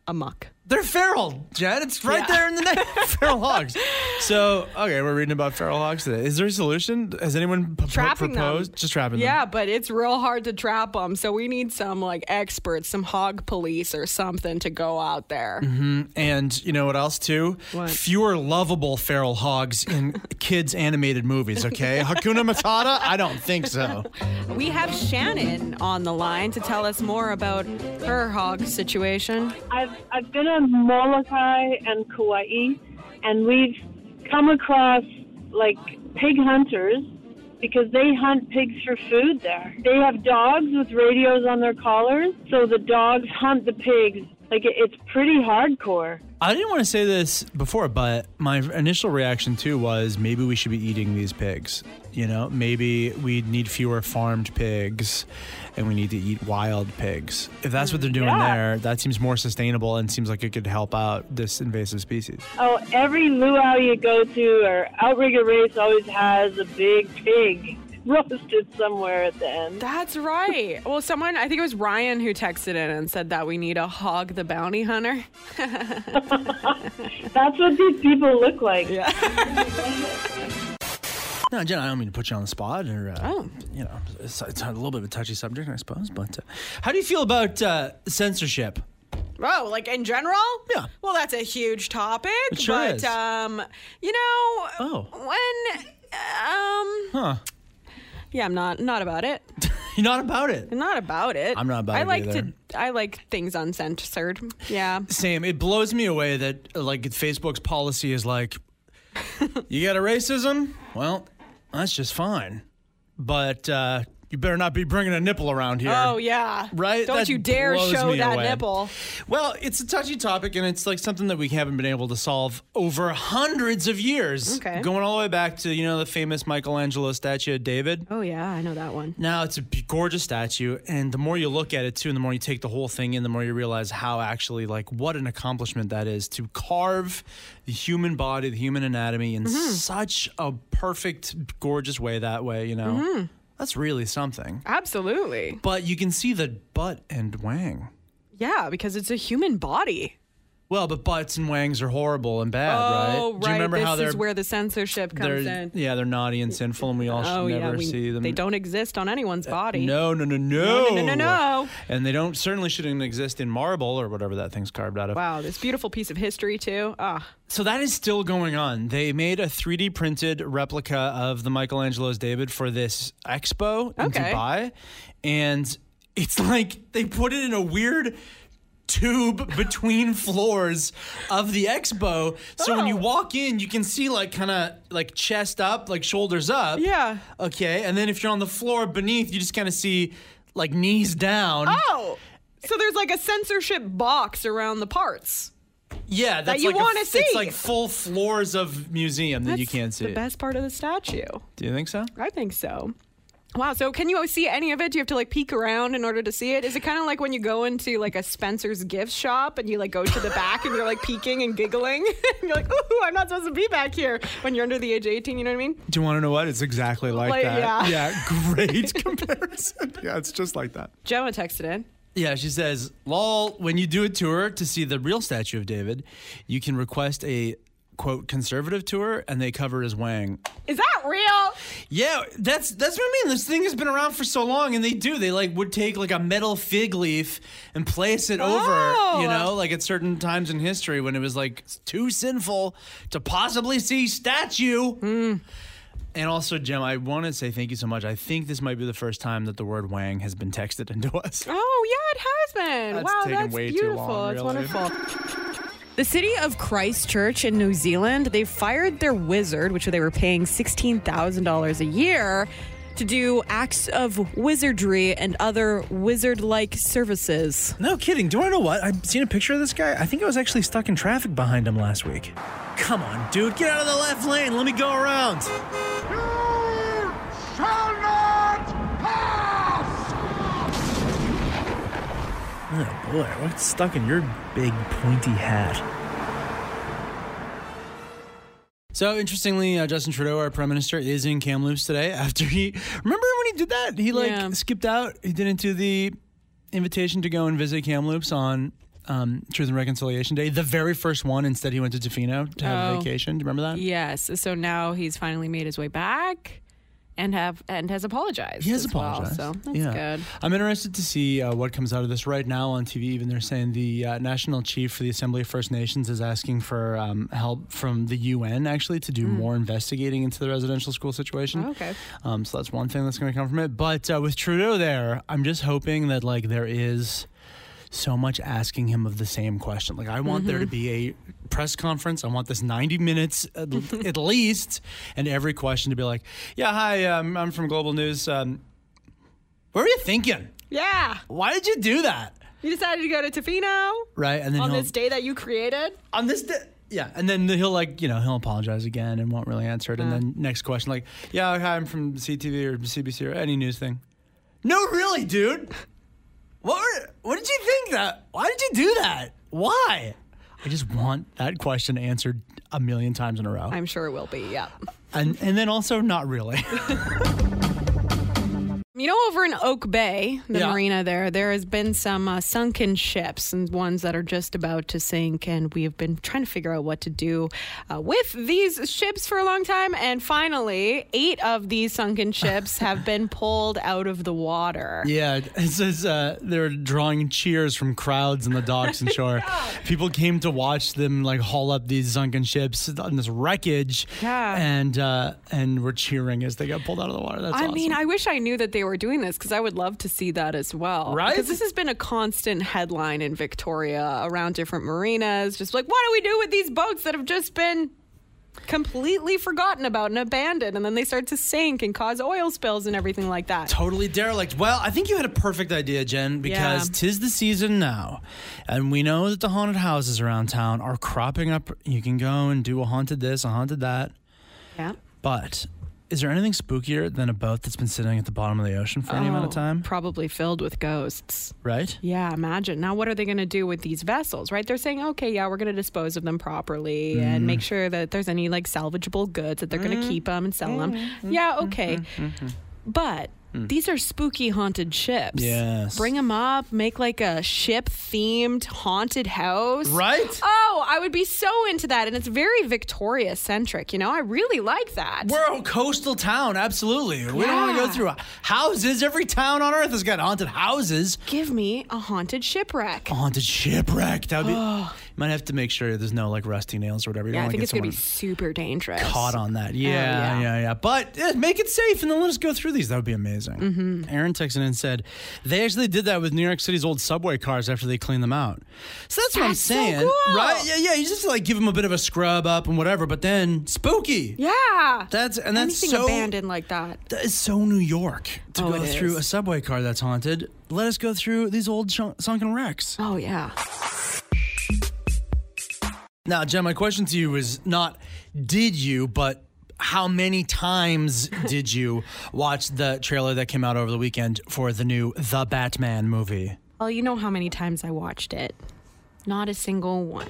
S1: a muck.
S2: They're feral, Jen. It's right
S1: Yeah.
S2: there in the name. feral hogs. So, okay, we're reading about feral hogs today. Is there a solution? Has anyone p-
S1: Trapping them.
S2: proposed? Just trapping them.
S1: Yeah, but it's real hard to trap them. So we need some like experts, some hog police or something to go out there.
S2: And you know what else too?
S1: What?
S2: Fewer lovable feral hogs in kids animated movies, okay? Hakuna Matata? I don't think so.
S1: We have Shannon on the line to tell us more about her hog situation.
S9: I've, I've been on Molokai and Kauai, and we've come across like pig hunters because they hunt pigs for food there. They have dogs with radios on their collars, so the dogs hunt the pigs. Like, it, it's pretty hardcore.
S2: I didn't want to say this before, but my initial reaction too was maybe we should be eating these pigs. You know, maybe we need fewer farmed pigs and we need to eat wild pigs. If that's what they're doing
S9: Yeah.
S2: there, that seems more sustainable and seems like it could help out this invasive species.
S9: Oh, every luau you go to or outrigger race always has a big pig roasted somewhere at the end.
S1: That's right. Well, someone, I think it was Ryan who texted in and said that we need a hog the bounty hunter.
S9: That's what these people look like.
S2: No, Jen, I don't mean to put you on the spot or, uh,
S1: Oh.
S2: you know, it's, it's a little bit of a touchy subject, I suppose, but uh, how do you feel about uh, censorship?
S1: Oh, like in general?
S2: Yeah.
S1: Well, that's a huge topic.
S2: It sure
S1: but,
S2: is.
S1: um, you know,
S2: Oh.
S1: when, um,
S2: Huh.
S1: yeah, I'm not, not about it.
S2: You're not about it.
S1: I'm not about it.
S2: I'm not about
S1: I
S2: it
S1: like
S2: either.
S1: to, I like things uncensored. Yeah.
S2: Same. It blows me away that uh, like Facebook's policy is like, you got a racism? Well, that's just fine. But uh, you better not be bringing a nipple around here.
S1: Oh yeah.
S2: Right?
S1: Don't
S2: That
S1: you dare
S2: blows
S1: show
S2: me
S1: that
S2: away.
S1: nipple.
S2: Well, it's a touchy topic, and it's like something that we haven't been able to solve over hundreds of years.
S1: Okay.
S2: Going all the way back to, you know, the famous Michelangelo statue of David.
S1: Oh yeah, I know that one.
S2: Now, it's a b- gorgeous statue, and the more you look at it, too, and the more you take the whole thing in, the more you realize how actually, like, what an accomplishment that is to carve the human body, the human anatomy in
S1: Mm-hmm.
S2: such a perfect, gorgeous way that way, you know?
S1: Mm-hmm.
S2: That's really something.
S1: Ah. Absolutely.
S2: But you can see the butt and wang.
S1: Yeah, because it's a human body.
S2: Well, but butts and wangs are horrible and bad, right?
S1: Oh right.
S2: Do you remember
S1: this
S2: how they're
S1: is where the censorship
S2: they're
S1: comes in.
S2: yeah they're naughty and sinful, and we all
S1: Oh
S2: should
S1: yeah,
S2: never
S1: we-
S2: see them. Uh,
S1: they don't exist on anyone's body.
S2: No, no, no, no,
S1: No, no, no, no, no.
S2: And they don't certainly shouldn't exist in marble or whatever that thing's carved out of.
S1: Wow, this beautiful piece of history too. Ah,
S2: So that is still going on. They made a 3D printed replica of the Michelangelo's David for this expo in
S1: Okay.
S2: Dubai, and it's like they put it in a weird tube between floors of the expo. So when
S1: Oh.
S2: you walk in, you can see like kind of like chest up, like shoulders up.
S1: Yeah.
S2: Okay, and then if you're on the floor beneath, you just kind of see like knees down.
S1: Oh, so there's like a censorship box around the parts.
S2: yeah, that's
S1: you
S2: like a
S1: wanna
S2: f-
S1: see.
S2: It's like full floors of museum that you
S1: That's
S2: can't see.
S1: The best part of the statue.
S2: Do you think so?
S1: I think so. Wow. So can you see any of it? Do you have to like peek around in order to see it? Is it kind of like when you go into like a Spencer's gift shop and you like go to the back and you're like peeking and giggling? and you're like, ooh, I'm not supposed to be back here when you're under the age of 18. You know what I mean?
S2: Do you want to know what? It's exactly like,
S1: Like,
S2: that.
S1: yeah.
S2: great comparison. Yeah, it's just like that.
S1: Gemma texted in.
S2: Yeah, she says, lol, when you do a tour to see the real statue of David, you can request a quote conservative tour and they cover his wang.
S1: Is that real?
S2: Yeah, that's that's what I mean. This thing has been around for so long and they do. They like would take like a metal fig leaf and place it
S1: Oh.
S2: over, you know, like at certain times in history when it was like too sinful to possibly see statue.
S10: Hmm.
S2: And also, Jim, I want to say thank you so much. I think this might be the first time that the word wang has been texted into us.
S1: Oh yeah, it has been.
S2: That's
S1: wow,
S2: taken
S1: that's
S2: way too
S1: beautiful.
S2: long,
S1: it's
S2: really.
S1: wonderful. The city of Christchurch in New Zealand, they fired their wizard, which they were paying sixteen thousand dollars a year to do acts of wizardry and other wizard-like services.
S10: No kidding. Do you want to know what? I've seen a picture of this guy. I think I was actually stuck in traffic behind him last week.
S2: Come on, dude, get out of the left lane. Let me go around.
S10: Oh boy, what's stuck in your big pointy hat?
S2: So interestingly, uh, Justin Trudeau, our prime minister, is in Kamloops today. After he remember when he did that, he like
S1: Yeah.
S2: skipped out. He didn't do the invitation to go and visit Kamloops on um, Truth and Reconciliation Day, the very first one. Instead, he went to Tofino to have
S1: Oh.
S2: a vacation. Do you remember that?
S1: Yes. So now he's finally made his way back and have and has apologized.
S2: He has
S1: as well,
S2: apologized.
S1: so that's
S2: yeah.
S1: good.
S2: I'm interested to see uh, what comes out of this right now on TV. Even they're saying the uh, national chief for the Assembly of First Nations is asking for um, help from the UN actually to do more investigating into the residential school situation.
S1: Hmm. Okay.
S2: Um, so that's one thing that's going to come from it. But uh, with Trudeau there, I'm just hoping that like there is so much asking him of the same question. Like I want there
S1: Mm-hmm.
S2: to be a press conference. I want this 90 minutes at, at least, and every question to be like, "Yeah, hi, um, I'm from Global News. Um, what were you thinking?
S1: Yeah.
S2: Why did you do that?"
S1: You decided to go to Tofino
S2: Right, and then
S1: on
S2: he'll,
S1: this day that you created.
S2: on this day. Yeah, and then he'll like you know he'll apologize again and won't really answer it. And then next question like, yeah, hi, I'm from CTV or CBC or any news thing. No, really, dude. What were, what did you think that? Why did you do that? Why? I just want that question answered a million times in a row,
S1: I'm sure it will be. Yeah.
S2: and and then also not really.
S1: You know, over in Oak Bay, the
S2: Yeah.
S1: marina there, there has been some uh, sunken ships and ones that are just about to sink, and we have been trying to figure out what to do uh, with these ships for a long time. And finally, eight of these sunken ships have been pulled out of the water.
S2: Yeah, it says uh, they're drawing cheers from crowds in the docks and shore. People came to watch them like haul up these sunken ships on this wreckage,
S1: Yeah.
S2: and uh, and were cheering as they got pulled out of the water. That's
S1: I
S2: awesome.
S1: mean, I wish I knew that they were doing this because I would love to see that as well.
S2: Right?
S1: Because this has been a constant headline in Victoria around different marinas. Just like, what do we do with these boats that have just been completely forgotten about and abandoned, and then they start to sink and cause oil spills and everything like that.
S2: Totally derelict. Well, I think you had a perfect idea, Jen, because
S1: Yeah.
S2: tis the season now, and we know that the haunted houses around town are cropping up. You can go and do a haunted this, a haunted that.
S1: Yeah.
S2: But is there anything spookier than a boat that's been sitting at the bottom of the ocean for any amount of
S1: Oh,
S2: time?
S1: Probably filled with ghosts.
S2: Right?
S1: Yeah, imagine. Now, what are they going to do with these vessels, right? They're saying, okay, yeah, we're going to dispose of them properly
S2: Mm-hmm.
S1: and make sure that there's any like salvageable goods that they're going to keep them and sell them.
S2: Mm-hmm.
S1: Yeah, okay. But these are spooky haunted ships.
S2: Mm. Yes.
S1: Bring them up, make like a ship themed haunted house.
S2: Right?
S1: Oh, I would be so into that. And it's very Victoria centric, you know? I really like that.
S2: We're a coastal town, absolutely. We don't want to go
S1: Yeah.
S2: through houses. Every town on earth has got haunted houses.
S1: Give me a haunted shipwreck.
S2: A haunted shipwreck. That would be. you might have to make sure there's no like rusty nails or whatever. You
S1: Yeah,
S2: don't
S1: I
S2: wanna
S1: think
S2: get
S1: it's going to be
S2: someone-
S1: super dangerous.
S2: caught on that. Yeah, yeah,
S1: yeah.
S2: yeah. But eh, make it safe and then let us go through these. That would be amazing.
S1: Mm-hmm.
S2: Aaron texted in and said they actually did that with New York City's old subway cars after they cleaned them out. So that's, what I'm
S1: That's so
S2: saying,
S1: cool.
S2: right? Yeah, yeah. You just like give them a bit of a scrub up and whatever, but then spooky.
S1: Yeah.
S2: That's and that's
S1: Anything
S2: so
S1: abandoned like that.
S2: that is so New York to
S1: Oh,
S2: go
S1: it
S2: through
S1: is.
S2: a subway car that's haunted. Let us go through these old shunk- sunken wrecks.
S1: Oh yeah.
S2: Now, Jen, my question to you is not did you, but how many times did you watch the trailer that came out over the weekend for the new The Batman movie?
S1: Well, you know how many times I watched it. Not a single one.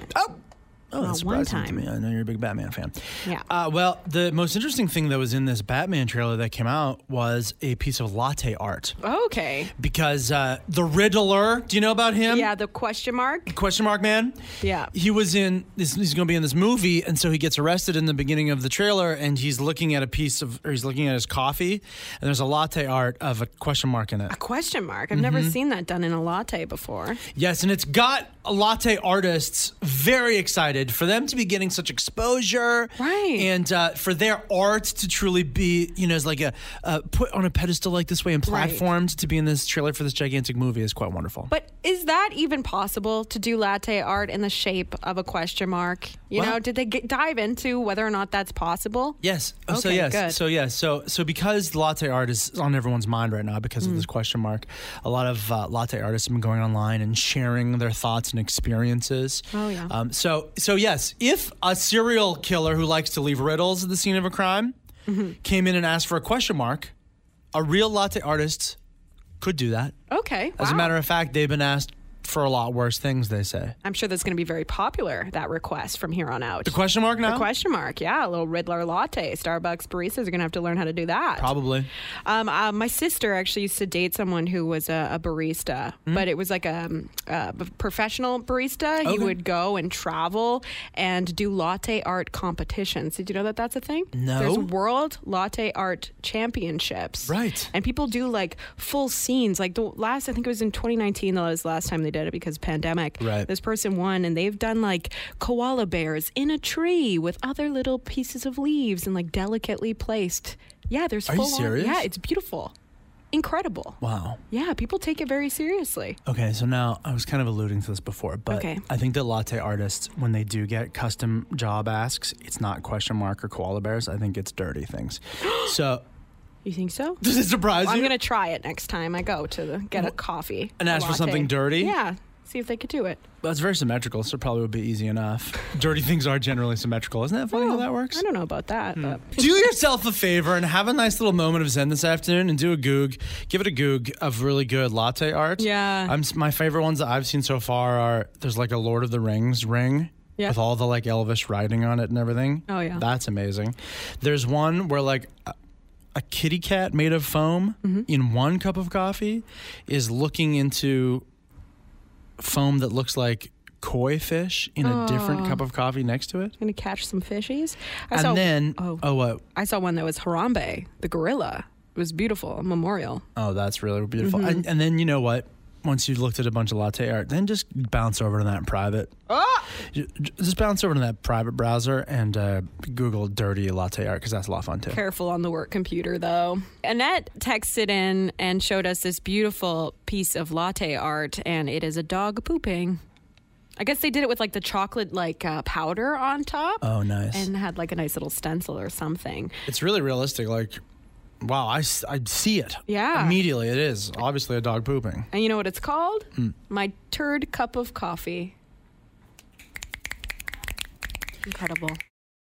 S2: Oh, that's
S1: Not one
S2: surprising to
S1: time.
S2: me. I know you're a big Batman fan.
S1: Yeah.
S2: Uh, well, the most interesting thing that was in this Batman trailer that came out was a piece of latte art
S1: Okay.
S2: because uh, the Riddler. Do you know about him?
S1: Yeah, the question mark.
S2: Question mark man.
S1: Yeah.
S2: He was in this he's going to be in this movie and so he gets arrested in the beginning of the trailer and he's looking at a piece of or he's looking at his coffee and there's a latte art of a question mark in it.
S1: Question mark. I've
S2: Mm-hmm.
S1: never seen that done in a latte before.
S2: Yes, and it's got latte artists very excited for them to be getting such exposure.
S1: Right.
S2: And uh, for their art to truly be, you know, as like a uh, put on a pedestal like this way and
S1: Right.
S2: platformed to be in this trailer for this gigantic movie is quite wonderful.
S1: But is that even possible to do latte art in the shape of a question mark? You
S2: Well-
S1: know, did they get, dive into whether or not that's possible?
S2: Yes. Oh, so
S1: Okay,
S2: yes.
S1: good.
S2: So yes. So so because latte art is on everyone's mind right now because of
S1: Mm.
S2: this question mark, a lot of uh, latte artists have been going online and sharing their thoughts and experiences.
S1: Oh, yeah.
S2: Um, so so yes, if a serial killer who likes to leave riddles at the scene of a crime
S1: Mm-hmm.
S2: came in and asked for a question mark, a real latte artist could do that.
S1: Okay.
S2: As a
S1: wow.
S2: matter of fact, they've been asked for a lot worse things. They say
S1: I'm sure that's going to be very popular that request from here on out.
S2: the question mark now.
S1: The question mark. Yeah, a little Riddler latte. Starbucks baristas are going to have to learn how to do that.
S2: Probably.
S1: Um, uh, my sister actually used to date someone who was a, a barista,
S2: Hmm?
S1: but it was like a, um, a b- professional barista. He
S2: Okay.
S1: would go and travel and do latte art competitions. Did you know that that's a thing?
S2: No.
S1: There's World Latte Art Championships.
S2: Right.
S1: And people do like full scenes. Like the last, I think it was in 2019. That was the last time they did it because pandemic.
S2: Right.
S1: This person won, and they've done like koala bears in a tree with other little pieces of leaves and like delicately placed. Yeah, there's
S2: Are you
S1: full on-
S2: serious?
S1: yeah, it's beautiful. Incredible.
S2: Wow.
S1: Yeah, people take it very seriously.
S2: Okay, so now I was kind of alluding to this before, but
S1: Okay.
S2: I think that latte artists, when they do get custom job asks, it's not question mark or koala bears. I think it's dirty things. so
S1: You think so?
S2: does it surprise
S1: I'm
S2: you?
S1: gonna try it next time I go to the, get a coffee
S2: And
S1: a
S2: ask for
S1: latte.
S2: something dirty?
S1: Yeah, see if they could do it.
S2: That's very symmetrical, so it probably would be easy enough. dirty things are generally symmetrical. Isn't that funny how
S1: Oh,
S2: that works? Hmm.
S1: I don't know about that, but
S2: do yourself a favor and have a nice little moment of zen this afternoon and do a goog give it a goog of really good latte art
S1: Yeah.
S2: i'm my favorite ones that i've seen so far are there's like a lord of the rings ring
S1: Yeah.
S2: with all the like elvish writing on it and everything
S1: Oh, yeah.
S2: that's amazing there's one where like a, a kitty cat made of foam
S1: Mm-hmm.
S2: in one cup of coffee is looking into foam that looks like koi fish in a different
S1: Oh.
S2: cup of coffee next to it
S1: gonna catch some fishies. I
S2: and
S1: saw,
S2: then
S1: oh,
S2: oh what
S1: I saw one that was Harambe, the gorilla. It was beautiful, a memorial.
S2: Oh, that's really beautiful.
S1: Mm-hmm.
S2: And, and then you know what? Once you've looked at a bunch of latte art, then just bounce over to that in private.
S1: Ah!
S2: J- j- Just bounce over to that private browser and uh, Google dirty latte art because that's a lot of fun too.
S1: Careful on the work computer, though. Annette texted in and showed us this beautiful piece of latte art, and it is a dog pooping. I guess they did it with like the chocolate like uh, powder on top.
S2: Uh,
S10: Oh, nice.
S1: And had like a nice little stencil or something.
S2: It's really realistic. Like, wow, I, s- I see it.
S1: Yeah.
S2: Immediately, it is obviously a dog pooping.
S1: And you know what it's called? My turd cup of coffee. Incredible.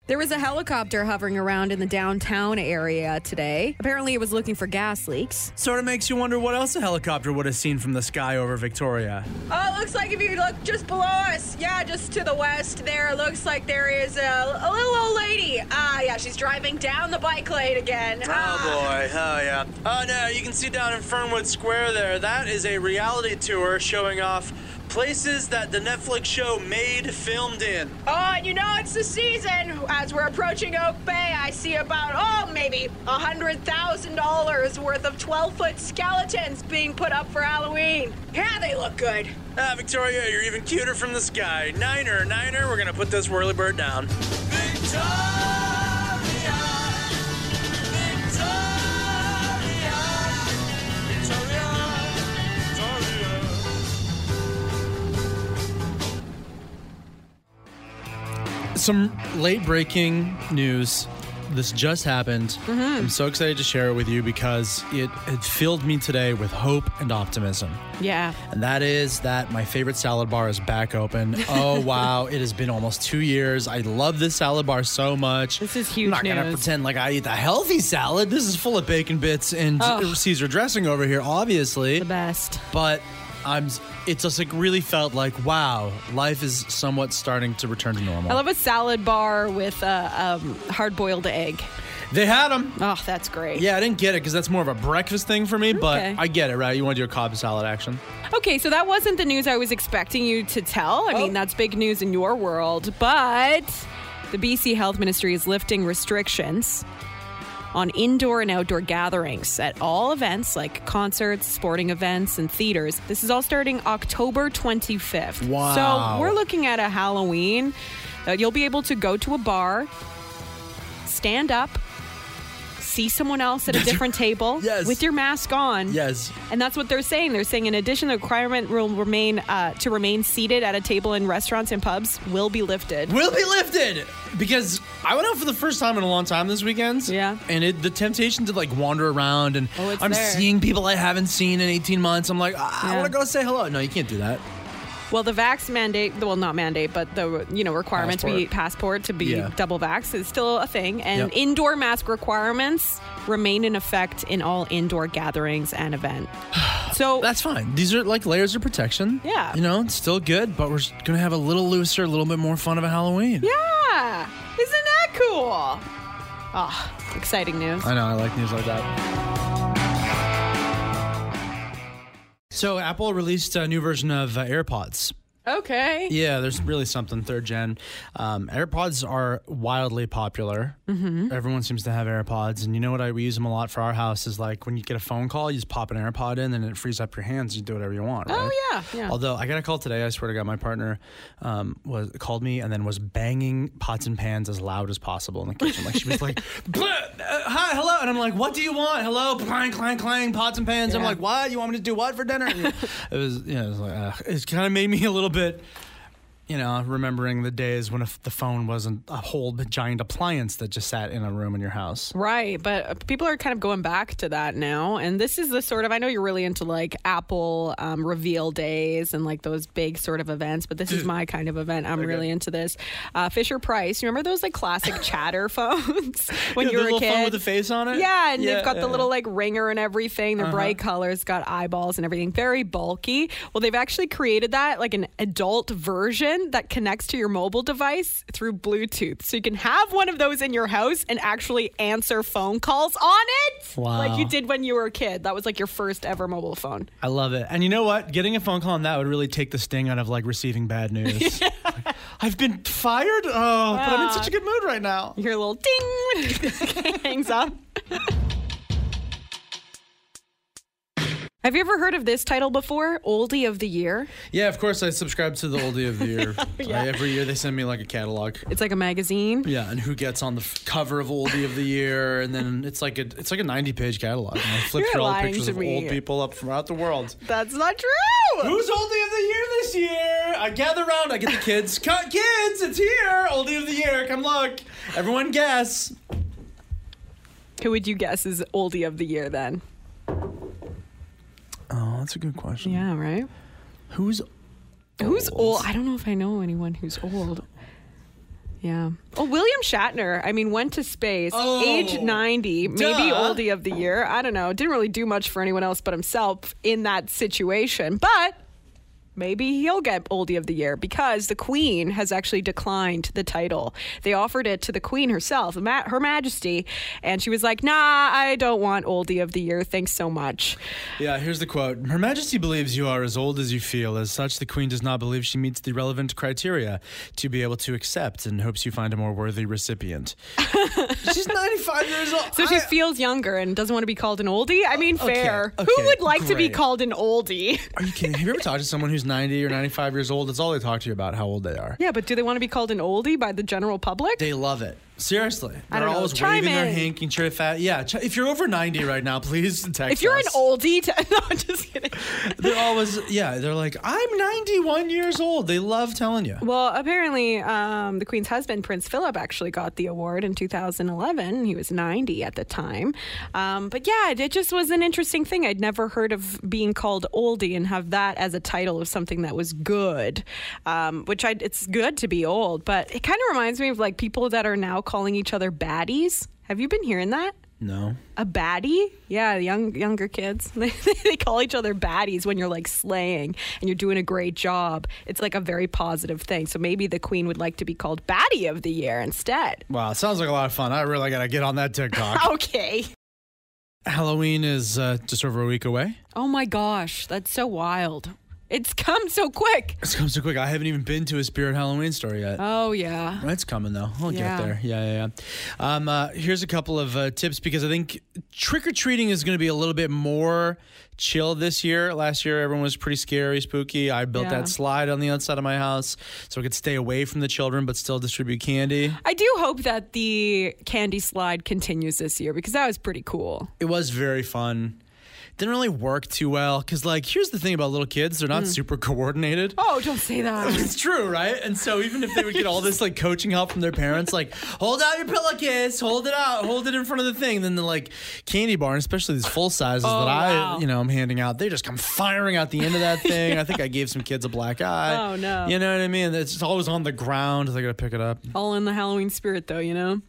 S1: There was a helicopter hovering around in the downtown area today. Apparently, it was looking for gas leaks.
S10: Sort of makes you wonder what else a helicopter would have seen from the sky over Victoria.
S11: Oh, it looks like if you look just below us, yeah, just to the west there, it looks like there is a, a little old lady. Ah, yeah, she's driving down the bike lane again. Ah.
S10: boy, oh yeah. Oh no, you can see down in Fernwood Square there. That is a reality tour showing off places that the Netflix show Made filmed in.
S11: Oh, and you know it's the season. As we're approaching Oak Bay, I see about, oh, maybe $100,000 worth of 12 foot skeletons being put up for Halloween. Yeah, they look good.
S10: Ah, Victoria, you're even cuter from the sky. Niner, niner, we're gonna put this whirly bird down.
S2: Some late breaking news. This just happened.
S1: Mhm.
S2: I'm so excited to share it with you because it, it filled me today with hope and optimism.
S1: Yeah.
S2: And that is that my favorite salad bar is back open. Oh, wow. It has been almost two years. I love this salad bar so much. This
S1: is huge
S2: I'm not going to
S1: news.
S2: pretend like I eat the healthy salad. This is full of bacon bits and
S1: Oh.
S2: Caesar dressing over here, obviously. The
S1: best.
S2: But I'm. It just like really felt like wow, life is somewhat starting to return to normal.
S1: I love a salad bar with a um, hard boiled egg.
S2: They had them.
S1: Oh, that's great.
S2: Yeah, I didn't get it because that's more of a breakfast thing for me, but
S1: Okay.
S2: I get it, right? You want to do a Cobb salad action?
S1: Okay, so that wasn't the news I was expecting you to tell. I mean, that's big news in your world, but the BC Health Ministry is lifting restrictions on indoor and outdoor gatherings at all events like concerts, sporting events, and theaters. This is all starting October 25th.
S2: Wow.
S1: So we're looking at a Halloween. Uh, you'll be able to go to a bar, stand up, see someone else at a different table with your mask on.
S2: Yes.
S1: And that's what they're saying. They're saying, in addition, the requirement will remain uh, to remain seated at a table in restaurants and pubs will be lifted.
S2: Will be lifted because I went out for the first time in a long time this weekend. Yeah, and it, the temptation to like wander around and
S1: Oh, it's
S2: I'm
S1: there.
S2: seeing people I haven't seen in 18 months. I'm like, ah, I
S1: Yeah.
S2: want to go say hello. No, you can't do that.
S1: Well, the vax mandate, well, not mandate, but the you know requirement to be
S2: Passport.
S1: passport to be
S2: Yeah.
S1: double vax is still a thing, and
S2: Yep.
S1: indoor mask requirements remain in effect in all indoor gatherings and event. So
S2: that's fine. These are like layers of protection.
S1: Yeah.
S2: you know, it's still good, but we're gonna have a little looser, a little bit more fun of a Halloween.
S1: Yeah, isn't that cool? Ah, exciting news.
S2: I know. I like news like that. So Apple released a new version of uh, AirPods.
S1: Okay.
S2: Yeah, there's really something third gen. Um, AirPods are wildly popular.
S1: Mhm.
S2: Everyone seems to have AirPods, and you know what? I we use them a lot for our house. Is like when you get a phone call, you just pop an AirPod in, and it frees up your hands. You do whatever you want. Right?
S1: Oh yeah. Yeah.
S2: Although I got a call today, I swear to God, my partner um, was called me and then was banging pots and pans as loud as possible in the kitchen. Like she was like, "Bleh, uh, "Hi, hello," and I'm like, "What do you want? Hello, clang, clang, clang, pots and pans." I'm
S10: Yeah.
S2: like, "What? You want me to do what for dinner?" And it was, you know, it was like, ugh. it kind of made me a little bit. You know, remembering the days when if the phone wasn't a whole giant appliance that just sat in a room in your house.
S1: Right, but uh, people are kind of going back to that now, and this is the sort of I know you're really into like Apple um, reveal days and like those big sort of events, but
S2: Mm.
S1: this is my kind of event. I'm really into this. Uh, Fisher Price, you remember those like classic chatter phones when
S2: Yeah,
S1: you
S2: the
S1: were a
S2: little
S1: kid
S2: phone with the face on it?
S1: Yeah, and
S2: Yeah,
S1: they've got
S2: yeah,
S1: the little like ringer and everything. They're
S2: Uh-huh.
S1: bright colors, got eyeballs and everything, very bulky. Well, they've actually created that like an adult version that connects to your mobile device through Bluetooth, so you can have one of those in your house and actually answer phone calls on it,
S2: Wow.
S1: like you did when you were a kid. That was like your first ever mobile phone.
S2: I love it. And you know what? Getting a phone call on that would really take the sting out of like receiving bad news. I've been fired. Oh, but I'm in such a good mood right now.
S1: Your little ding hangs up. Have you ever heard of this title before? Oldie of the Year?
S2: Yeah, of course I subscribe to the oldie of the year.
S1: Yeah.
S2: I- every year they send me like a catalog.
S1: It's like a magazine.
S2: Yeah, and who gets on the f- cover of oldie of the year, and then it's like a it's like a 90 page catalog. And I flip
S1: You're
S2: through all the
S1: lying
S2: pictures
S1: to
S2: of
S1: me.
S2: old people up throughout the world.
S1: That's not true.
S2: Who's oldie of the year? They this year. I gather around. I get the kids. Cut kids, it's here. Oldie of the year. Come look. Everyone guess.
S1: Who would you guess is oldie of the year then?
S2: Oh, that's a good question.
S1: Yeah, right?
S2: Who's
S1: Who's old? I don't know if I know anyone who's old. Yeah. Oh, William Shatner. I mean, went to space,
S11: Oh,
S1: age 90, maybe
S11: duh.
S1: oldie of the year. I don't know. Didn't really do much for anyone else but himself in that situation. But maybe he'll get oldie of the year because the queen has actually declined the title they offered it to the queen herself Ma- her majesty and she was like nah i don't want oldie of the year thanks so much
S2: Yeah, here's the quote Her Majesty believes you are as old as you feel. As such, the Queen does not believe she meets the relevant criteria to be able to accept and hopes you find a more worthy recipient. She's 95 years old.
S1: So she feels younger and doesn't want to be called an oldie. I mean,
S2: Okay,
S1: fair.
S2: okay,
S1: Who would like to be
S2: great.
S1: called an oldie?
S2: Are you kidding? Have you ever talked to someone who's 90 or 95 years old? That's all they talk to you about, how old they are.
S1: Yeah, but do they want to be called an oldie by the general public?
S2: They love it. Seriously.
S1: I
S2: They're
S1: don't know.
S2: always
S1: Chime
S2: waving their
S1: in.
S2: hanky and cheer fat. Yeah, ch- if you're over 90 right now, please text
S1: if you're
S2: us.
S1: an oldie, to, no, I'm just kidding.
S2: They're always, yeah, they're like, I'm 91 years old. They love telling you.
S1: Well, apparently, um, the Queen's husband, Prince Philip, actually got the award in 2011. He was 90 at the time. Um, but yeah, it just was an interesting thing. I'd never heard of being called oldie and have that as a title of something that was good, um, which I, it's good to be old, but it kind of reminds me of like people that are now calling each other baddies. Have you been hearing that?
S2: No.
S1: A baddie? Yeah, young younger kids. They, they call each other baddies when you're like slaying and you're doing a great job. It's like a very positive thing. So maybe the queen would like to be called baddie of the year instead.
S2: Wow, sounds like a lot of fun. I really got to get on that TikTok.
S1: Okay.
S2: Halloween is uh, just over a week away.
S1: Oh my gosh, that's so wild. It's come so quick.
S2: It's come so quick. I haven't even been to a Spirit Halloween store yet.
S1: Oh yeah.
S2: It's coming though. I'll
S1: Yeah.
S2: get there. Yeah, yeah, yeah. Um, uh, here's a couple of uh, tips because I think trick or treating is going to be a little bit more chill this year. Last year, everyone was pretty scary, spooky. I built
S1: Yeah.
S2: that slide on the outside of my house so I could stay away from the children but still distribute candy.
S1: I do hope that the candy slide continues this year because that was pretty cool.
S2: It was very fun. Didn't really work too well because, like, here's the thing about little kids they're not
S1: Mm.
S2: super coordinated.
S1: Oh, don't say that.
S2: It's true, right? And so even if they would get all this like coaching help from their parents, like hold out your pillowcase, hold it out, hold it in front of the thing, then the like candy bar, and especially these full sizes
S1: Oh,
S2: that
S1: wow.
S2: I, you know, I'm handing out, they just come firing out the end of that thing. I think I gave some kids a black eye.
S1: Oh, no.
S2: You know what I mean? It's just always on the ground. They gotta pick it up.
S1: All in the Halloween spirit though, you know.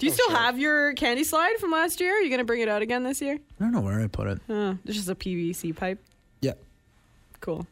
S1: Do you still have your candy slide from last year? Are you going to bring it out again this year?
S2: I don't know where I put it.
S1: Oh, it's just a PVC pipe.
S2: Yeah.
S1: Cool.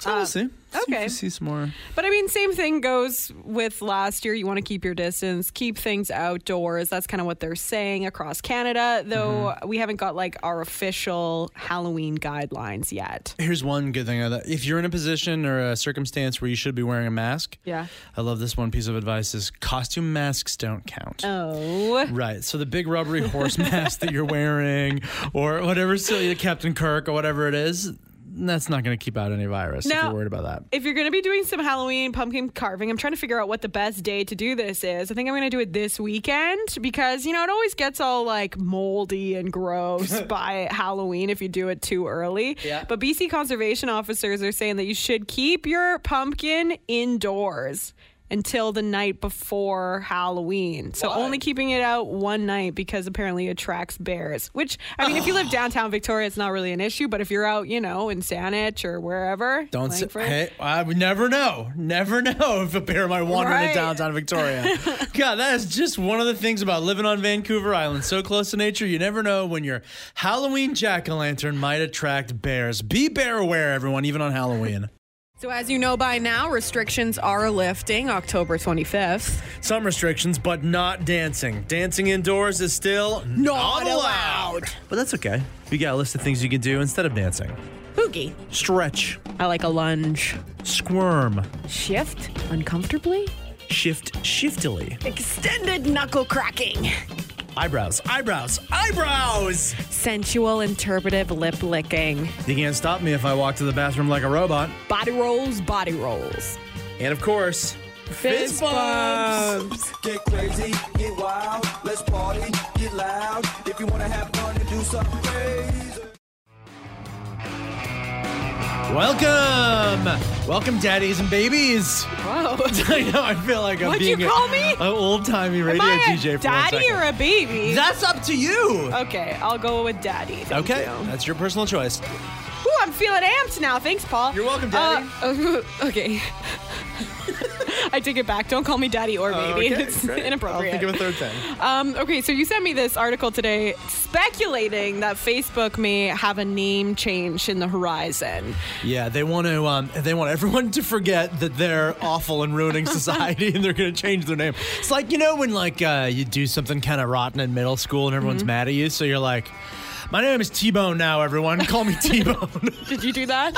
S2: So we'll see.
S1: Uh, okay.
S2: See, see some more.
S1: But I mean, same thing goes with last year. You want to keep your distance, keep things outdoors. That's kind of what they're saying across Canada, though we haven't got like our official Halloween guidelines yet.
S2: Here's one good thing. uh, That if you're in a position or a circumstance where you should be wearing a mask,
S1: Yeah.
S2: I love this one piece of advice is costume masks don't count.
S1: Oh.
S2: Right. So the big rubbery horse mask that you're wearing, or whatever, silly Captain Kirk, or whatever it is, that's not going to keep out any virus if
S1: Now-
S2: you're worried about that.
S1: If you're going to be doing some Halloween pumpkin carving, I'm trying to figure out what the best day to do this is. I think I'm going to do it this weekend because, you know, it always gets all like moldy and gross by Halloween if you do it too early.
S11: Yeah.
S1: But BC conservation officers are saying that you should keep your pumpkin indoors until the night before Halloween. So only keeping it out one night because apparently it attracts bears, which I mean if you live downtown Victoria it's not really an issue, but if you're out, you know, in Saanich or wherever,
S2: Don't say,
S1: Langford.
S2: hey, I would never know. Never know if a bear might wander
S1: Right.
S2: into downtown Victoria. God, that is just one of the things about living on Vancouver Island, so close to nature. You never know when your Halloween jack o' lantern might attract bears. Be bear aware, everyone, even on Halloween.
S1: So, as you know by now, restrictions are lifting October 25th.
S2: Some restrictions, but not dancing. Dancing indoors is still not, allowed. But that's okay. We got a list of things you can do instead of dancing.
S1: Boogie.
S2: Stretch.
S1: I like a lunge.
S2: Squirm.
S1: Shift uncomfortably.
S2: Shift shiftily.
S11: Extended knuckle cracking.
S2: Eyebrows. Eyebrows. Eyebrows!
S1: Sensual interpretive lip licking.
S2: You can't stop me if I walk to the bathroom like a robot.
S1: Body rolls, body rolls.
S2: And of course,
S1: Fist bumps.
S12: Get crazy, get wild, let's party, get loud. If you wanna have fun and do something crazy.
S2: Welcome, welcome, daddies and babies.
S1: Whoa!
S2: I know. I feel like I'm
S1: What'd you
S2: being
S1: call
S2: a,
S1: me?
S2: An old timey radio
S1: Am I a
S2: DJ for one
S1: daddy
S2: second.
S1: or a baby?
S2: That's up to you.
S1: Okay, I'll go with daddy. Thank
S2: okay,
S1: You.
S2: that's your personal choice.
S1: Ooh, I'm feeling amped now. Thanks, Paul. You're
S2: welcome,
S1: Daddy. okay. I take it back. Don't call me daddy or baby.
S2: Oh, Okay,
S1: it's
S2: great.
S1: inappropriate.
S2: I'll think of a third thing.
S1: Um, okay, so you sent me this article today speculating that Facebook may have a name change in the horizon.
S2: Yeah, they want to. Um, they want everyone to forget that they're awful and ruining society, and they're going to change their name. It's like you know when like uh, you do something kind of rotten in middle school, and
S1: Mm-hmm.
S2: everyone's mad at you, so you're like. My name is T Bone now, everyone. Call me T Bone.
S1: Did you do that?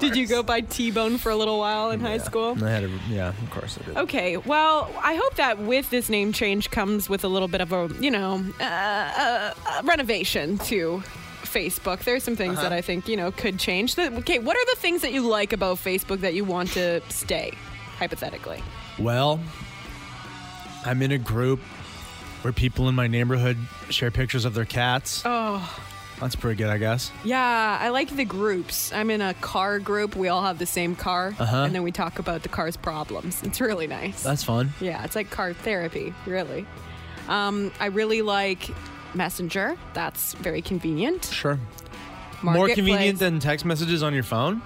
S1: Did you go by T Bone for a little while in high school? Oh.
S2: I had a, yeah, of course I did.
S1: Okay, well, I hope that with this name change comes with a little bit of a, you know, uh, uh, uh, renovation to Facebook. There's some things
S2: Uh-huh.
S1: that I think, you know, could change. The, okay, what are the things that you like about Facebook that you want to stay, hypothetically?
S2: Well, I'm in a group where people in my neighborhood share pictures of their cats.
S1: Oh,
S2: That's pretty good, I guess.
S1: yeah, I like the groups. I'm in a car group. We all have the same car,
S2: Uh-huh.
S1: and then we talk about the car's problems. It's really nice.
S2: That's fun.
S1: Yeah, it's like car therapy, really. Um, I really like Messenger. That's very convenient.
S2: Sure. More
S1: Marketplace.
S2: convenient than text messages on your phone?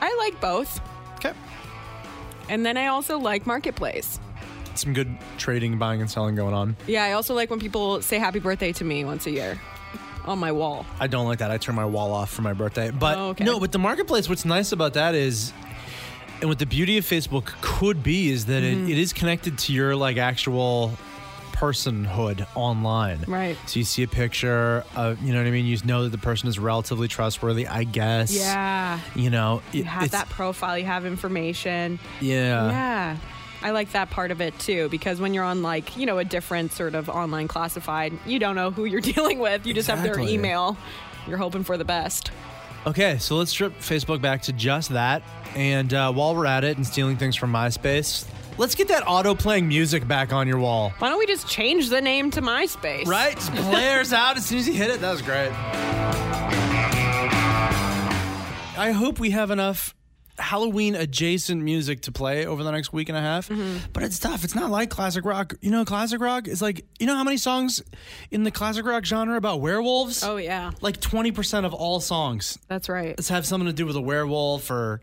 S1: I like both.
S2: Okay.
S1: And then I also like Marketplace.
S2: Some good trading, buying, and selling going on.
S1: Yeah, I also like when people say happy birthday to me once a year on my wall.
S2: I don't like that. I turn my wall off for my birthday. But
S1: Oh, okay.
S2: no, but the marketplace, what's nice about that is and what the beauty of Facebook could be is that
S1: Mhm.
S2: it, it is connected to your like actual personhood online.
S1: Right.
S2: So you see a picture of you know what I mean, you know that the person is relatively trustworthy, I guess.
S1: Yeah.
S2: You know,
S1: You
S2: it-
S1: have
S2: it's- Uh.
S1: that profile, you have information.
S2: Yeah.
S1: Yeah. I like that part of it too because when you're on like, you know, a different sort of online classified, you don't know who you're dealing with. You just have their
S2: Exactly.
S1: email. You're hoping for the best.
S2: Okay, so let's strip Facebook back to just that. And uh, while we're at it and stealing things from MySpace, let's get that auto playing music back on your wall.
S1: Why don't we just change the name to MySpace?
S2: Right? Just blares out as soon as you hit it. That was great. I hope we have enough Halloween adjacent music to play over the next week and a half.
S1: Mm-hmm.
S2: But it's tough. It's not like classic rock. You know, classic rock is like, you know how many songs in the classic rock genre about werewolves?
S1: Oh, yeah.
S2: Like 20% of all songs.
S1: That's right.
S2: Let's have something to do with a werewolf or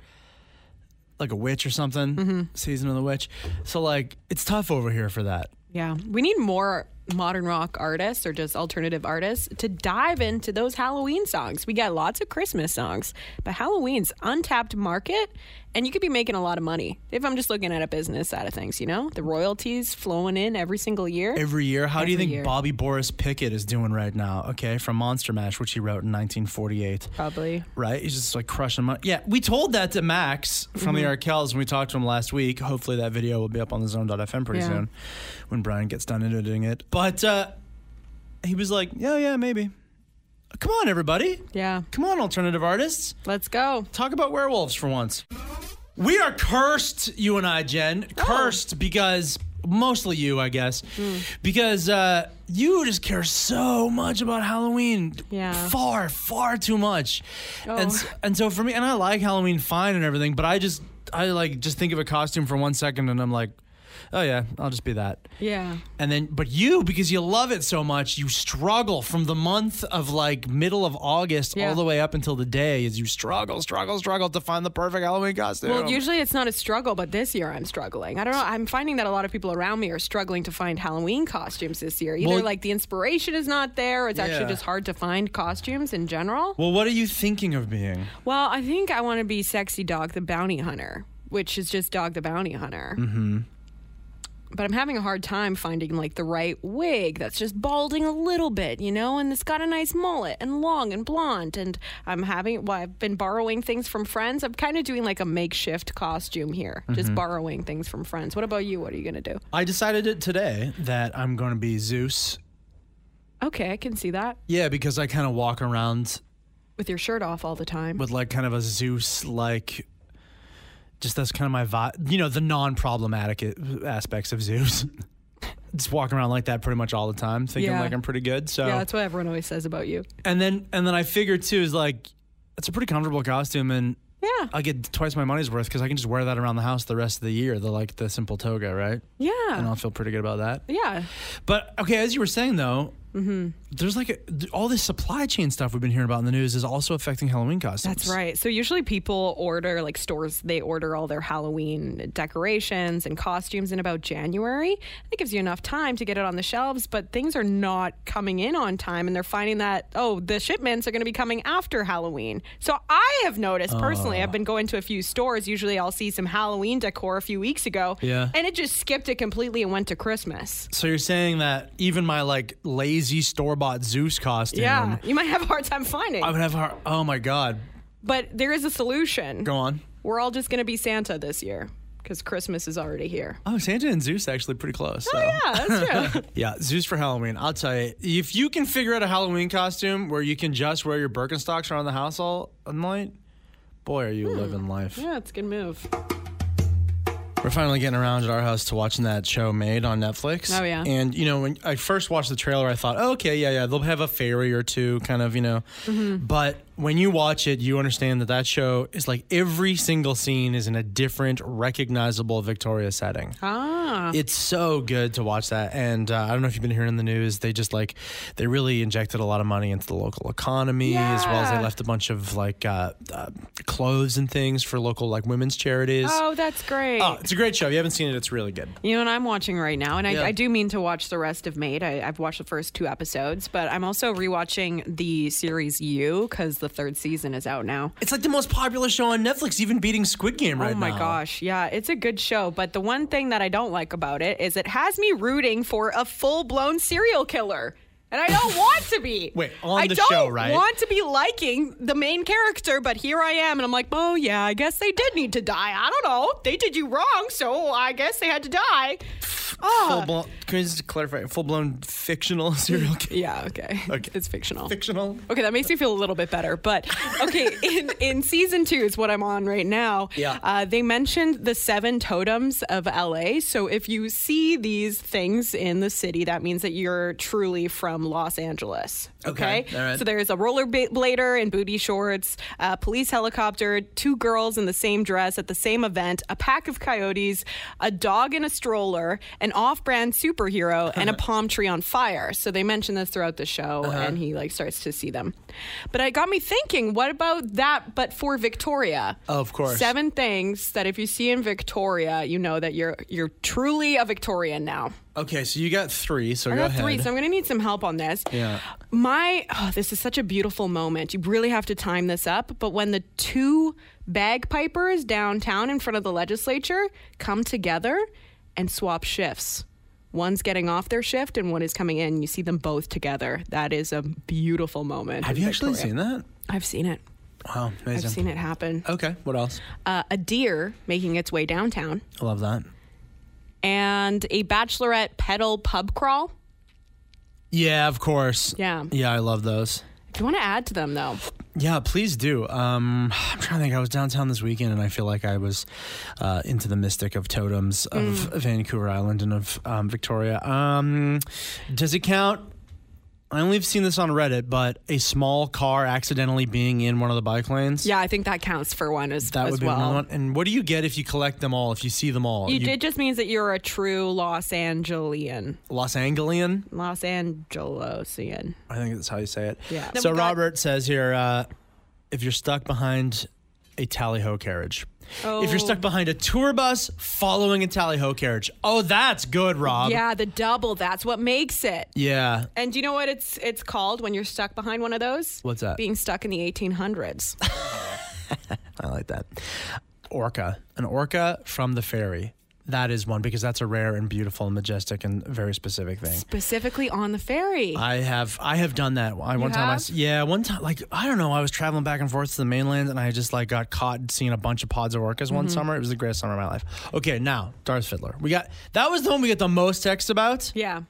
S2: like a witch or something.
S1: Mm-hmm.
S2: Season of the Witch. So, like, it's tough over here for that.
S1: Yeah. We need more modern rock artists or just alternative artists to dive into those Halloween songs. We got lots of Christmas songs, but Halloween's untapped market and you could be making a lot of money if I'm just looking at a business side of things, you know? The royalties flowing in every single year.
S2: Every year. How do you
S1: Every
S2: think
S1: year.
S2: Bobby Boris Pickett is doing right now? Okay, from Monster Mash, which he wrote in 1948.
S1: Probably.
S2: Right? He's just like crushing money. Yeah, we told that to Max from the
S1: Mhm.
S2: Arkells when we talked to him last week. Hopefully, that video will be up on the zone.fm pretty
S1: Yeah.
S2: soon when Brian gets done editing it. But uh, he was like, yeah, yeah, maybe. Come on, everybody.
S1: Yeah.
S2: Come on, alternative artists.
S1: Let's go.
S2: Talk about werewolves for once. We are cursed, you and I, Jen.
S1: Oh.
S2: Cursed because mostly you, I guess,
S1: Hmm.
S2: because uh, you just care so much about Halloween.
S1: Yeah.
S2: Far, far too much.
S1: Oh.
S2: And s- and so for me, and I like Halloween fine and everything, but I just I like just think of a costume for one second and I'm like, oh yeah, I'll just be that.
S1: Yeah.
S2: And then, but you, because you love it so much, you struggle from the month of like middle of August all the way up until the day is you struggle, struggle, struggle to find the perfect Halloween costume.
S1: Well, usually it's not a struggle, but this year I'm struggling. I don't know. I'm finding that a lot of people around me are struggling to find Halloween costumes this year. Either
S2: Well-
S1: like the inspiration is not there, or it's
S2: Yeah.
S1: actually just hard to find costumes in general.
S2: Well, what are you thinking of being?
S1: Well, I think I want to be Sexy Dog the Bounty Hunter, which is just Dog the Bounty Hunter.
S2: Mm-hmm.
S1: But I'm having a hard time finding like the right wig that's just balding a little bit, you know, and it's got a nice mullet and long and blonde. And I'm having, well, I've been borrowing things from friends. I'm kind of doing like a makeshift costume here, just
S2: Mhm.
S1: borrowing things from friends. What about you? What are you going to do?
S2: I decided it today that I'm going to be Zeus.
S1: Okay, I can see that
S2: Yeah, because I kind of walk around
S1: with your shirt off all the time.
S2: with like kind of a Zeus like. Just that's kind of my vibe, you know, the non-problematic i- aspects of Zeus. Just walking around like that pretty much all the time, thinking
S1: Yeah.
S2: like I'm pretty good. So
S1: yeah, that's what everyone always says about you.
S2: And then and then I figured too is like it's a pretty comfortable costume and
S1: Yeah.
S2: I get twice my money's worth because I can just wear that around the house the rest of the year. The like the simple toga, right?
S1: Yeah.
S2: And I'll feel pretty good about that.
S1: Yeah.
S2: But okay, as you were saying though,
S1: Mm-hmm.
S2: there's like a, all this supply chain stuff we've been hearing about in the news is also affecting Halloween costumes.
S1: That's right. So usually people order like stores they order all their Halloween decorations and costumes in about January. That gives you enough time to get it on the shelves, but things are not coming in on time and they're finding that oh, the shipments are going to be coming after Halloween. So I have noticed
S13: Oh.
S1: personally,
S2: Ah.
S1: I've been going to a few stores, usually I'll see some Halloween decor a few weeks ago
S2: Yeah.
S1: and it just skipped it completely and went to Christmas.
S2: So you're saying that even my like lazy store bought Zeus costume,
S1: Yeah, you might have a hard time finding.
S2: I would have. Hard, oh my god,
S1: But there is a solution.
S2: go on.
S1: We're all just going to be Santa this year because Christmas is already here.
S2: Oh, Santa and Zeus are actually pretty close. so.
S1: Oh, Yeah, that's true.
S2: Yeah, Zeus for Halloween. I'll tell you, if you can figure out a Halloween costume where you can just wear your Birkenstocks around the house all night, boy, are you living life.
S1: yeah, it's a good move.
S2: We're finally getting around at our house to watching that show Made on Netflix.
S1: Oh, yeah.
S2: And, you know, when I first watched the trailer, I thought, oh, okay, yeah, yeah, they'll have a fairy or two, kind of, you know.
S1: Mhm.
S2: But when you watch it, you understand that that show is like every single scene is in a different, recognizable Victoria setting.
S1: Ah.
S2: It's so good to watch that. And uh, I don't know if you've been hearing in the news, they just like, they really injected a lot of money into the local economy as well as they
S1: Yeah.
S2: left a bunch of like uh, uh, clothes and things for local like women's charities.
S1: oh, that's great.
S2: Oh, it's a great show. If you haven't seen it, it's really good.
S1: you know what I'm watching right now, and I,
S2: Yeah.
S1: I do mean to watch the rest of Made. I, I've watched the first two episodes, but I'm also rewatching the series You because the third season is out now.
S2: It's like the most popular show on Netflix, even beating Squid Game right
S1: oh
S2: now.
S1: my gosh, yeah, it's a good show. But the one thing that I don't like about it is it has me rooting for a full blown serial killer. And I don't want to be.
S2: Wait, on
S1: I
S2: the
S1: don't
S2: show, right?
S1: want to be liking the main character, but here I am, and I'm like, oh yeah, I guess they did need to die. I don't know. They did you wrong, so I guess they had to die.
S2: Full
S1: Oh,
S2: blown, can we just clarify? Full blown fictional serial killer.
S1: Yeah, okay.
S2: okay.
S1: It's fictional.
S2: Fictional.
S1: Okay, that makes me feel a little bit better. But okay, in, in season two is what I'm on right now.
S2: Yeah.
S1: Uh, they mentioned the seven totems of LA. So if you see these things in the city, that means that you're truly from Los Angeles.
S13: Okay,
S1: Okay.
S13: all right.
S1: So there's a rollerblader in booty shorts, a police helicopter, two girls in the same dress at the same event, a pack of coyotes, a dog in a stroller, an off-brand superhero, and a palm tree on fire. So they mention this throughout the show,
S13: Uh-huh.
S1: and he like starts to see them. But it got me thinking: what about that? But for Victoria,
S2: Of course.
S1: seven things that if you see in Victoria, you know that you're you're truly a Victorian now.
S2: Okay, so you got three. So
S1: I
S2: go
S1: got three,
S2: ahead.
S1: so I'm gonna need some help on this.
S2: yeah.
S1: My, oh, this is such a beautiful moment. You really have to time this up. But when the two bagpipers downtown in front of the legislature come together and swap shifts, one's getting off their shift and one is coming in, you see them both together. That is a beautiful moment.
S2: Have
S1: in
S2: you actually
S1: Victoria.
S2: seen that?
S1: I've seen it.
S2: Wow, amazing.
S1: I've seen it happen.
S2: Okay, what else?
S1: Uh, a deer making its way downtown
S2: I love that.
S1: and a bachelorette pedal pub crawl.
S2: Yeah, of course.
S1: Yeah.
S2: Yeah, I love those.
S1: If you want to add to them though,
S2: Yeah, please do. Um, I'm trying to think. I was downtown this weekend, and I feel like I was uh, into the mystic of totems of
S1: Mm.
S2: Vancouver Island and of um, Victoria. Um, does it count? I only have seen this on Reddit, but a small car accidentally being in one of the bike lanes.
S1: yeah, I think that counts for one as,
S2: that
S1: as
S2: would be
S1: well.
S2: another one. And what do you get if you collect them all? If you see them all,
S1: You, did just means that you're a true Los Angelian.
S2: Los Angelian.
S1: Los Angelosian.
S2: I think that's how you say it.
S1: Yeah. Then
S2: So
S1: we got-
S2: Robert says here, uh, if you're stuck behind a tally ho carriage, if
S1: Oh.
S2: you're stuck behind a tour bus following a tally ho carriage, oh, that's good, Rob.
S1: yeah, the double, that's what makes it.
S2: Yeah.
S1: And do you know what it's it's called when you're stuck behind one of those?
S2: What's that?
S1: Being stuck in the 1800s.
S2: I like that. Orca, an orca from the ferry. That is one because that's a rare and beautiful and majestic and very specific thing.
S1: Specifically on the ferry.
S2: I have I have done that. I one time I s-
S1: have?
S2: yeah one time like I don't know I was traveling back and forth to the mainland and I just like got caught seeing a bunch of pods of orcas one
S1: Mhm.
S2: summer. It was the greatest summer of my life. Okay, now Darth Fiddler. We got that was the one we got the most text about.
S1: yeah,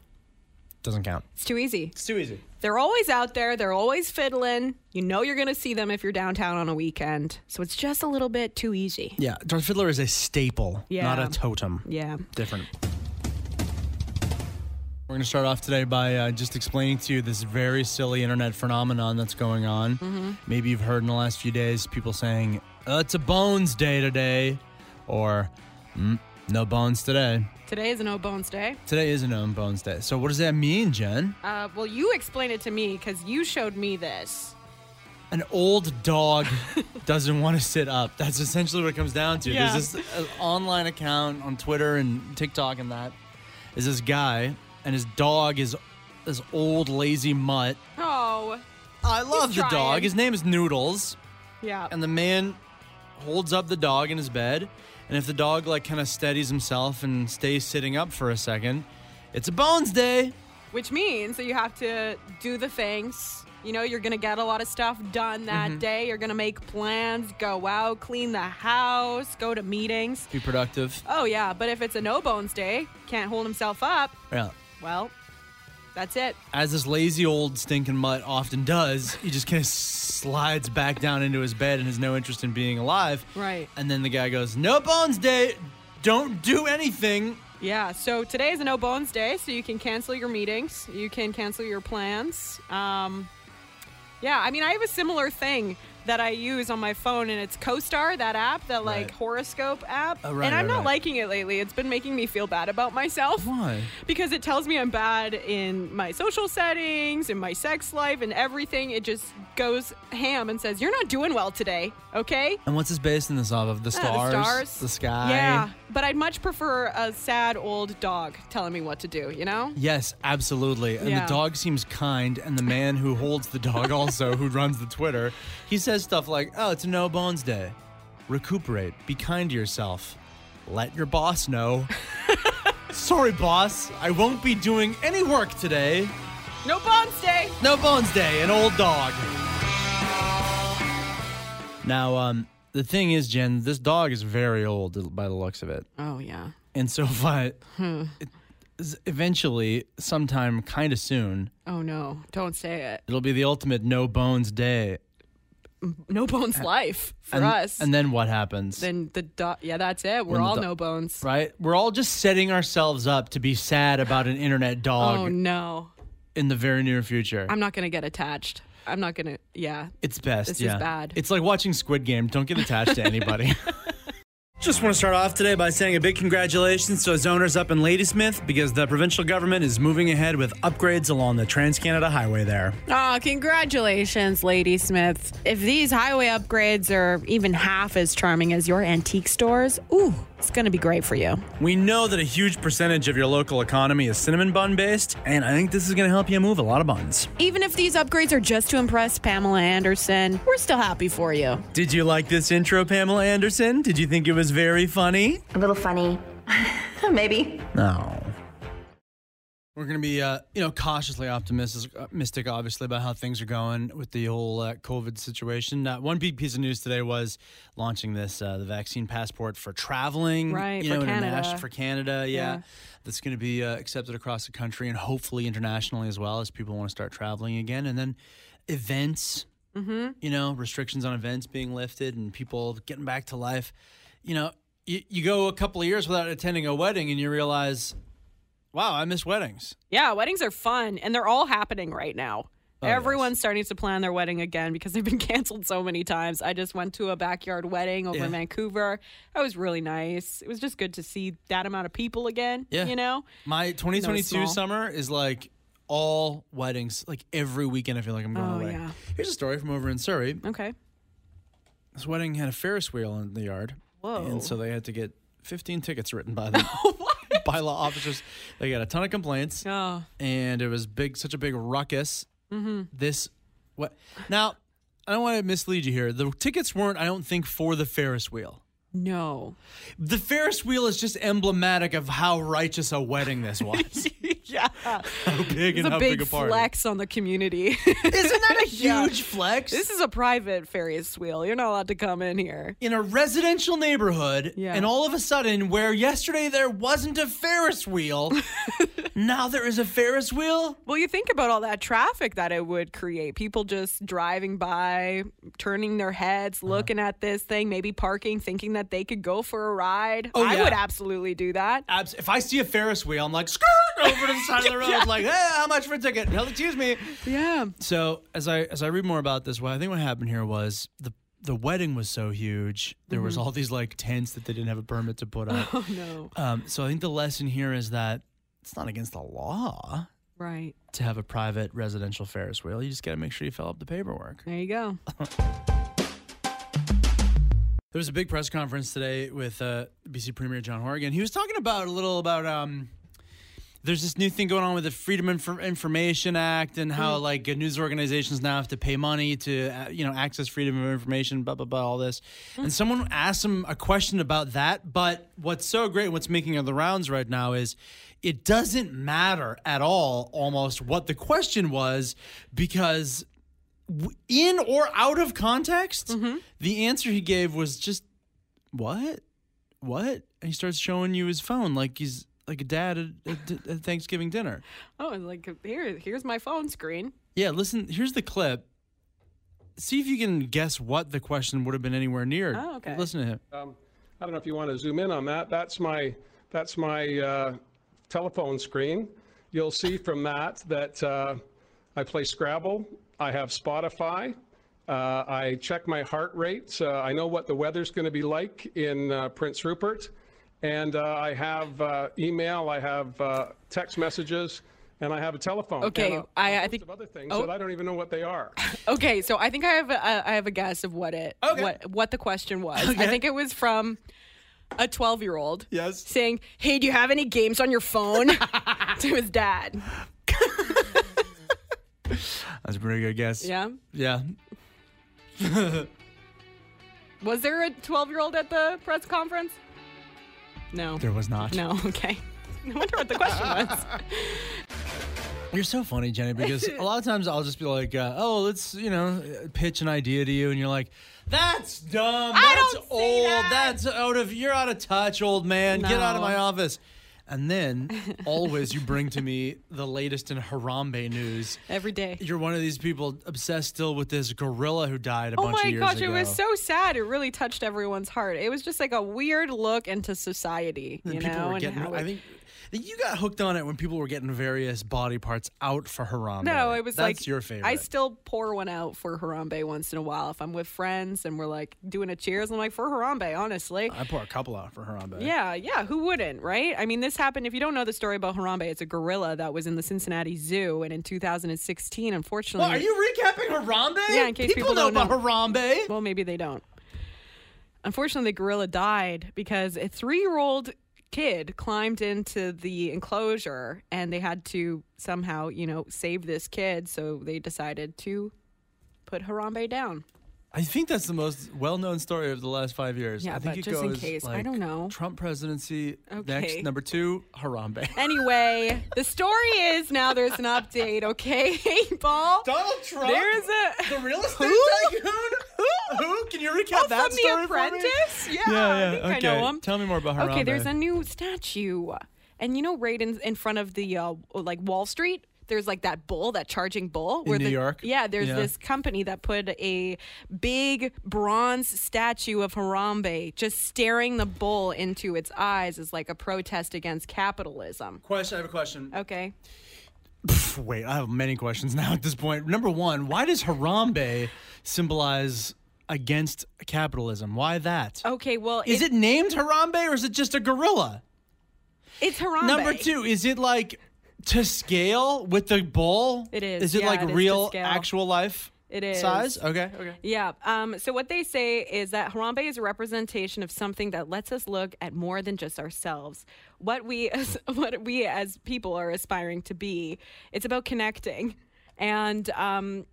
S2: Doesn't count.
S1: it's too easy.
S2: It's too easy.
S1: They're always out there, they're always fiddling. You know you're going to see them if you're downtown on a weekend. So it's just a little bit too easy.
S2: Yeah, Darth Fiddler is a staple, not
S1: Yeah.
S2: a totem.
S1: Yeah.
S2: Different. We're going to start off today by uh, just explaining to you this very silly internet phenomenon that's going on.
S13: Mhm.
S2: Maybe you've heard in the last few days people saying uh, it's a bones day today, or mm, no bones today.
S1: Today is no bones day.
S2: Today is a no bones day. So what does that mean, Jen?
S1: Uh, well, you explain it to me because you showed me this.
S2: An old dog doesn't want to sit up. That's essentially what it comes down to.
S1: Yeah.
S2: There's this uh, online account on Twitter and TikTok and that is this guy and his dog is this old lazy mutt.
S1: Oh.
S2: I love the dog. His name is Noodles.
S1: Yeah.
S2: And the man holds up the dog in his bed, and if the dog like kind of steadies himself and stays sitting up for a second, it's a bones day.
S1: Which means that you have to do the things. You know, you're going to get a lot of stuff done that day. You're going to make plans, go out, clean the house, go to meetings.
S2: Be productive.
S1: Oh, yeah. But if it's a no bones day, can't hold himself up,
S2: Yeah.
S1: well, that's it.
S2: As this lazy old stinking mutt often does, he just kind of slides back down into his bed and has no interest in being alive.
S1: Right.
S2: And then the guy goes, "No bones day. Don't do anything."
S1: Yeah, so today is a no bones day, so you can cancel your meetings, you can cancel your plans. Um, yeah, I mean, I have a similar thing that I use on my phone, and it's CoStar, that app, that like
S2: Right.
S1: horoscope app.
S2: Oh, right,
S1: and I'm
S2: right,
S1: not
S2: right.
S1: liking it lately. It's been making me feel bad about myself.
S2: Why?
S1: Because it tells me I'm bad in my social settings, in my sex life, and everything. It just goes ham and says, You're not doing well today, okay?
S2: And what's this basing this off of? The
S1: Yeah, Uh, the
S2: stars,
S1: stars.
S2: the sky.
S1: Yeah, but I'd much prefer a sad old dog telling me what to do, you know?
S2: Yes, absolutely. And
S1: Yeah.
S2: the dog seems kind, and the man who holds the dog also, who runs the Twitter, he says stuff like, "Oh, it's a no bones day. Recuperate. Be kind to yourself. Let your boss know. Sorry, boss, I won't be doing any work today.
S1: No bones day.
S2: No bones day. An old dog." Now, um, the thing is, Jen, this dog is very old by the looks of it.
S1: Oh, yeah.
S2: And so if I
S1: Hmm.
S2: s- eventually, sometime kind of soon,
S1: Oh, no. Don't say it.
S2: it'll be the ultimate no bones day.
S1: No bones life for
S2: and,
S1: us.
S2: And then what happens?
S1: then the dog. Yeah, that's it. We're
S2: When the
S1: all
S2: do-
S1: no bones.
S2: right? We're all just setting ourselves up to be sad about an internet dog
S1: Oh, no.
S2: in the very near future.
S1: I'm not going to get attached. I'm not going to. Yeah.
S2: it's best.
S1: This is
S2: yeah.
S1: bad.
S2: It's like watching Squid Game. Don't get attached to anybody. Just want to start off today by saying a big congratulations to zoners up in Ladysmith because the provincial government is moving ahead with upgrades along the Trans Canada Highway there.
S1: Oh, congratulations, Lady Smith. If these highway upgrades are even half as charming as your antique stores, ooh, it's going to be great for you.
S2: We know that a huge percentage of your local economy is cinnamon bun based, and I think this is going to help you move a lot of buns.
S1: Even if these upgrades are just to impress Pamela Anderson, we're still happy for you.
S2: Did you like this intro, Pamela Anderson? Did you think it was very funny?
S13: A little funny. Maybe.
S2: No. We're going to be, uh, you know, cautiously optimistic, optimistic, obviously, about how things are going with the whole uh, COVID situation. Uh, one big piece of news today was launching this uh, the vaccine passport for traveling,
S1: Right,
S2: You
S1: for
S2: know,
S1: Canada.
S2: international- for Canada, yeah.
S1: Yeah.
S2: That's going to be uh, accepted across the country and hopefully internationally as well as people want to start traveling again. And then events,
S1: Mm-hmm.
S2: you know, restrictions on events being lifted and people getting back to life. You know, you, you go a couple of years without attending a wedding and you realize, wow, I miss weddings.
S1: Yeah, weddings are fun, and they're all happening right now.
S2: Oh,
S1: Everyone's starting to plan their wedding again because they've been canceled so many times. I just went to a backyard wedding over
S2: Yeah.
S1: in Vancouver. That was really nice. It was just good to see that amount of people again.
S2: Yeah.
S1: You know?
S2: My 2022
S1: small.
S2: summer is like all weddings, like every weekend, I feel like I'm going
S1: Oh,
S2: away.
S1: yeah.
S2: Here's a story from over in Surrey.
S1: Okay.
S2: This wedding had a Ferris wheel in the yard.
S1: Whoa.
S2: And so they had to get 15 tickets written by the bylaw officers. They got a ton of complaints.
S1: Oh.
S2: And it was big, such a big ruckus.
S1: Mhm.
S2: This, what? Now, I don't want to mislead you here. The tickets weren't, I don't think, for the Ferris wheel.
S1: No.
S2: The Ferris wheel is just emblematic of how righteous a wedding this was.
S1: yeah.
S2: how big
S1: It's
S2: and
S1: a
S2: how
S1: big,
S2: big, a party.
S1: flex on the community.
S2: Isn't that a huge flex?
S1: This is a private Ferris wheel. You're not allowed to come in here.
S2: in a residential neighborhood,
S1: Yeah.
S2: and all of a sudden, where yesterday there wasn't a Ferris wheel, now there is a Ferris wheel.
S1: Well, you think about all that traffic that it would create. People just driving by, turning their heads, looking at this thing, maybe parking, thinking that they could go for a ride.
S2: Oh,
S1: I
S2: yeah.
S1: would absolutely do that.
S2: Abs- If I see a Ferris wheel, I'm like, skirt over to the side of the road,
S1: Yeah.
S2: like, hey, how much for a ticket? No, excuse me.
S1: Yeah.
S2: So as I as I read more about this, what I think what happened here was the the wedding was so huge, there was
S1: Mhm.
S2: all these like tents that they didn't have a permit to put up.
S1: Oh no.
S2: Um, so I think the lesson here is that it's not against the law
S1: Right.
S2: to have a private residential Ferris wheel. You just got to make sure you fill up the paperwork.
S1: There you go.
S2: There was a big press conference today with uh, BC Premier John Horgan. He was talking about a little about um, there's this new thing going on with the Freedom of Infor- Information Act and how like good news organizations now have to pay money to uh, you know access freedom of information, blah blah blah, all this. And someone asked him a question about that. But what's so great, what's making the rounds right now is it doesn't matter at all almost what the question was because w- in or out of context, the answer he gave was just what, what, and he starts showing you his phone like he's like a dad at, at, at Thanksgiving dinner.
S1: Oh, and like here, here's my phone screen.
S2: Yeah, listen. Here's the clip. See if you can guess what the question would have been anywhere near.
S14: Oh, okay.
S2: Listen to him.
S14: Um, I don't know if you want to zoom in on that. That's my that's my uh, telephone screen. You'll see from that that uh, I play Scrabble. I have Spotify. Uh, I check my heart rate. Uh, I know what the weather's going to be like in uh, Prince Rupert, and uh, I have uh, email. I have uh, text messages, and I have a telephone.
S1: Okay,
S14: And, uh,
S1: I, I think.
S14: other things
S1: oh.
S14: that I don't even know what they are.
S1: Okay, so I think I have a, I have a guess of what it what what the question was. I think it was from a 12 year old. Yes. Saying, "Hey, do you have any games on your phone?" to his dad.
S2: That's a pretty good guess.
S1: Yeah.
S2: Yeah. there
S1: Was there a 12 year old at the press conference? No.
S2: was not.
S1: No. Okay. I wonder what the question was.
S2: You're so funny, Jenny, because a lot of times I'll just be like, uh, "Oh, let's you know uh, pitch an idea to you," and you're like, "That's dumb.
S10: I
S2: That's old. That's out of. You're out of touch, old man. Get out of
S10: No.
S2: my office." And then always you bring to me the latest in Harambe news.
S1: Every day.
S2: You're one of these people obsessed still with this gorilla who died a
S1: Oh
S2: bunch of
S1: my
S2: years
S1: gosh,
S2: ago.
S1: it was so sad. It really touched everyone's heart. It was just like a weird look into society,
S2: And
S1: you
S2: people
S1: know.
S2: were
S1: and
S2: getting.
S1: how
S2: I
S1: it-
S2: think you got hooked on it when people were getting various body parts out for Harambe.
S1: No, it was
S2: That's
S1: like
S2: your favorite.
S1: I still pour one out for Harambe once in a while if I'm with friends and we're like doing a cheers. I'm like for Harambe, honestly.
S2: I pour a couple out for Harambe.
S1: Yeah, yeah, who wouldn't, right? I mean, this happened. If you don't know the story about Harambe, it's a gorilla that was in the Cincinnati Zoo, and in 2016, unfortunately,
S2: Well, are you recapping Harambe?
S1: Yeah, in case people,
S2: know about
S1: know.
S2: Harambe.
S1: Well, maybe they don't. Unfortunately, the gorilla died because a three-year-old kid climbed into the enclosure, and they had to somehow, you know, save this kid. So they decided to put Harambe down.
S2: I think that's the most well-known story of the last five years.
S1: Yeah,
S2: I think
S1: but
S2: it
S1: just in
S2: goes,
S1: case, I
S2: like,
S1: don't know.
S2: Trump presidency
S1: Okay.
S2: next number two Harambe.
S1: Anyway, the story is now there's an update, okay, Ball?
S2: Donald Trump?
S1: There's a
S2: the real estate tycoon.
S1: Who?
S2: Who? Can you recap
S1: oh,
S2: that
S1: from
S2: story
S1: The
S2: for me?
S1: Apprentice? Yeah, I think I know him.
S2: Tell me more about Harambe.
S1: Okay, there's a new statue, and you know, right in, in front of the uh, like Wall Street. There's like that bull, that charging bull.
S2: In New
S1: the,
S2: York?
S1: Yeah, there's
S2: Yeah.
S1: this company that put a big bronze statue of Harambe just staring the bull into its eyes as like a protest against capitalism.
S2: question. I have a question.
S1: Okay.
S2: Pff,
S1: Oh.
S2: Wait, I have many questions now at this point. Number one, why does Harambe symbolize against capitalism? Why that?
S1: Okay, well,
S2: Is it named Harambe or is it just a gorilla?
S1: It's Harambe.
S2: Number two, is it like to scale with the bull?
S1: It is,
S2: Is it
S1: yeah,
S2: like
S1: it is to
S2: real,
S1: scale.
S2: actual life
S1: It is.
S2: size? Okay, okay.
S1: Yeah. Um, so what they say is that Harambe is a representation of something that lets us look at more than just ourselves. What we as what we as people are aspiring to be. It's about connecting, and um,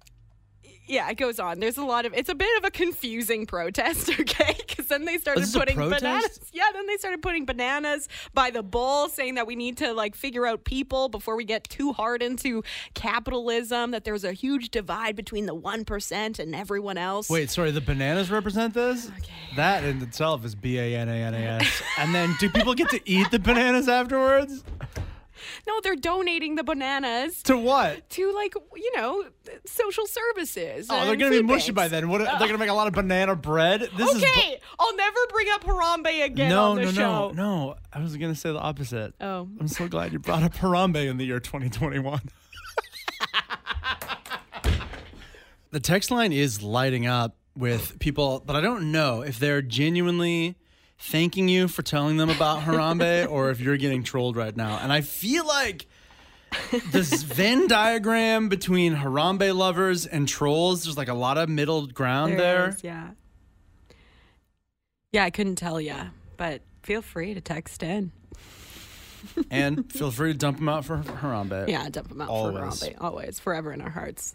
S1: yeah, it goes on. There's a lot of. It's a bit of a confusing protest, okay? Because then they started
S2: this is a
S1: putting
S2: protest?
S1: bananas. Yeah, then they started putting bananas by the bull, saying that we need to like figure out people before we get too hard into capitalism. That there's a huge divide between the one percent and everyone else.
S2: Wait, sorry, the bananas represent this? That in itself is B A N A N A S. And then do people get to eat the bananas afterwards?
S1: No, they're donating the bananas
S2: To what?
S1: to like you know social services.
S2: Oh, they're
S1: and
S2: gonna be
S1: food
S2: mushy by
S1: banks.
S2: then. What? They're gonna make a lot of banana bread. This is bu-
S1: okay, I'll never bring up Harambe again
S2: no,
S1: on the
S2: no,
S1: show.
S2: no, no. I was gonna say the opposite.
S1: Oh.
S2: I'm so glad you brought up Harambe in the year 2021. the text line is lighting up with people, but I don't know if they're genuinely thanking you for telling them about Harambe or if you're getting trolled right now. And I feel like this Venn diagram between Harambe lovers and trolls, there's like a lot of middle ground there.
S1: is, yeah. Yeah, I couldn't tell ya, but feel free to text in.
S2: and feel free to dump them out for Harambe.
S1: yeah, dump them out for
S2: Always.
S1: Harambe. Always, forever in our hearts.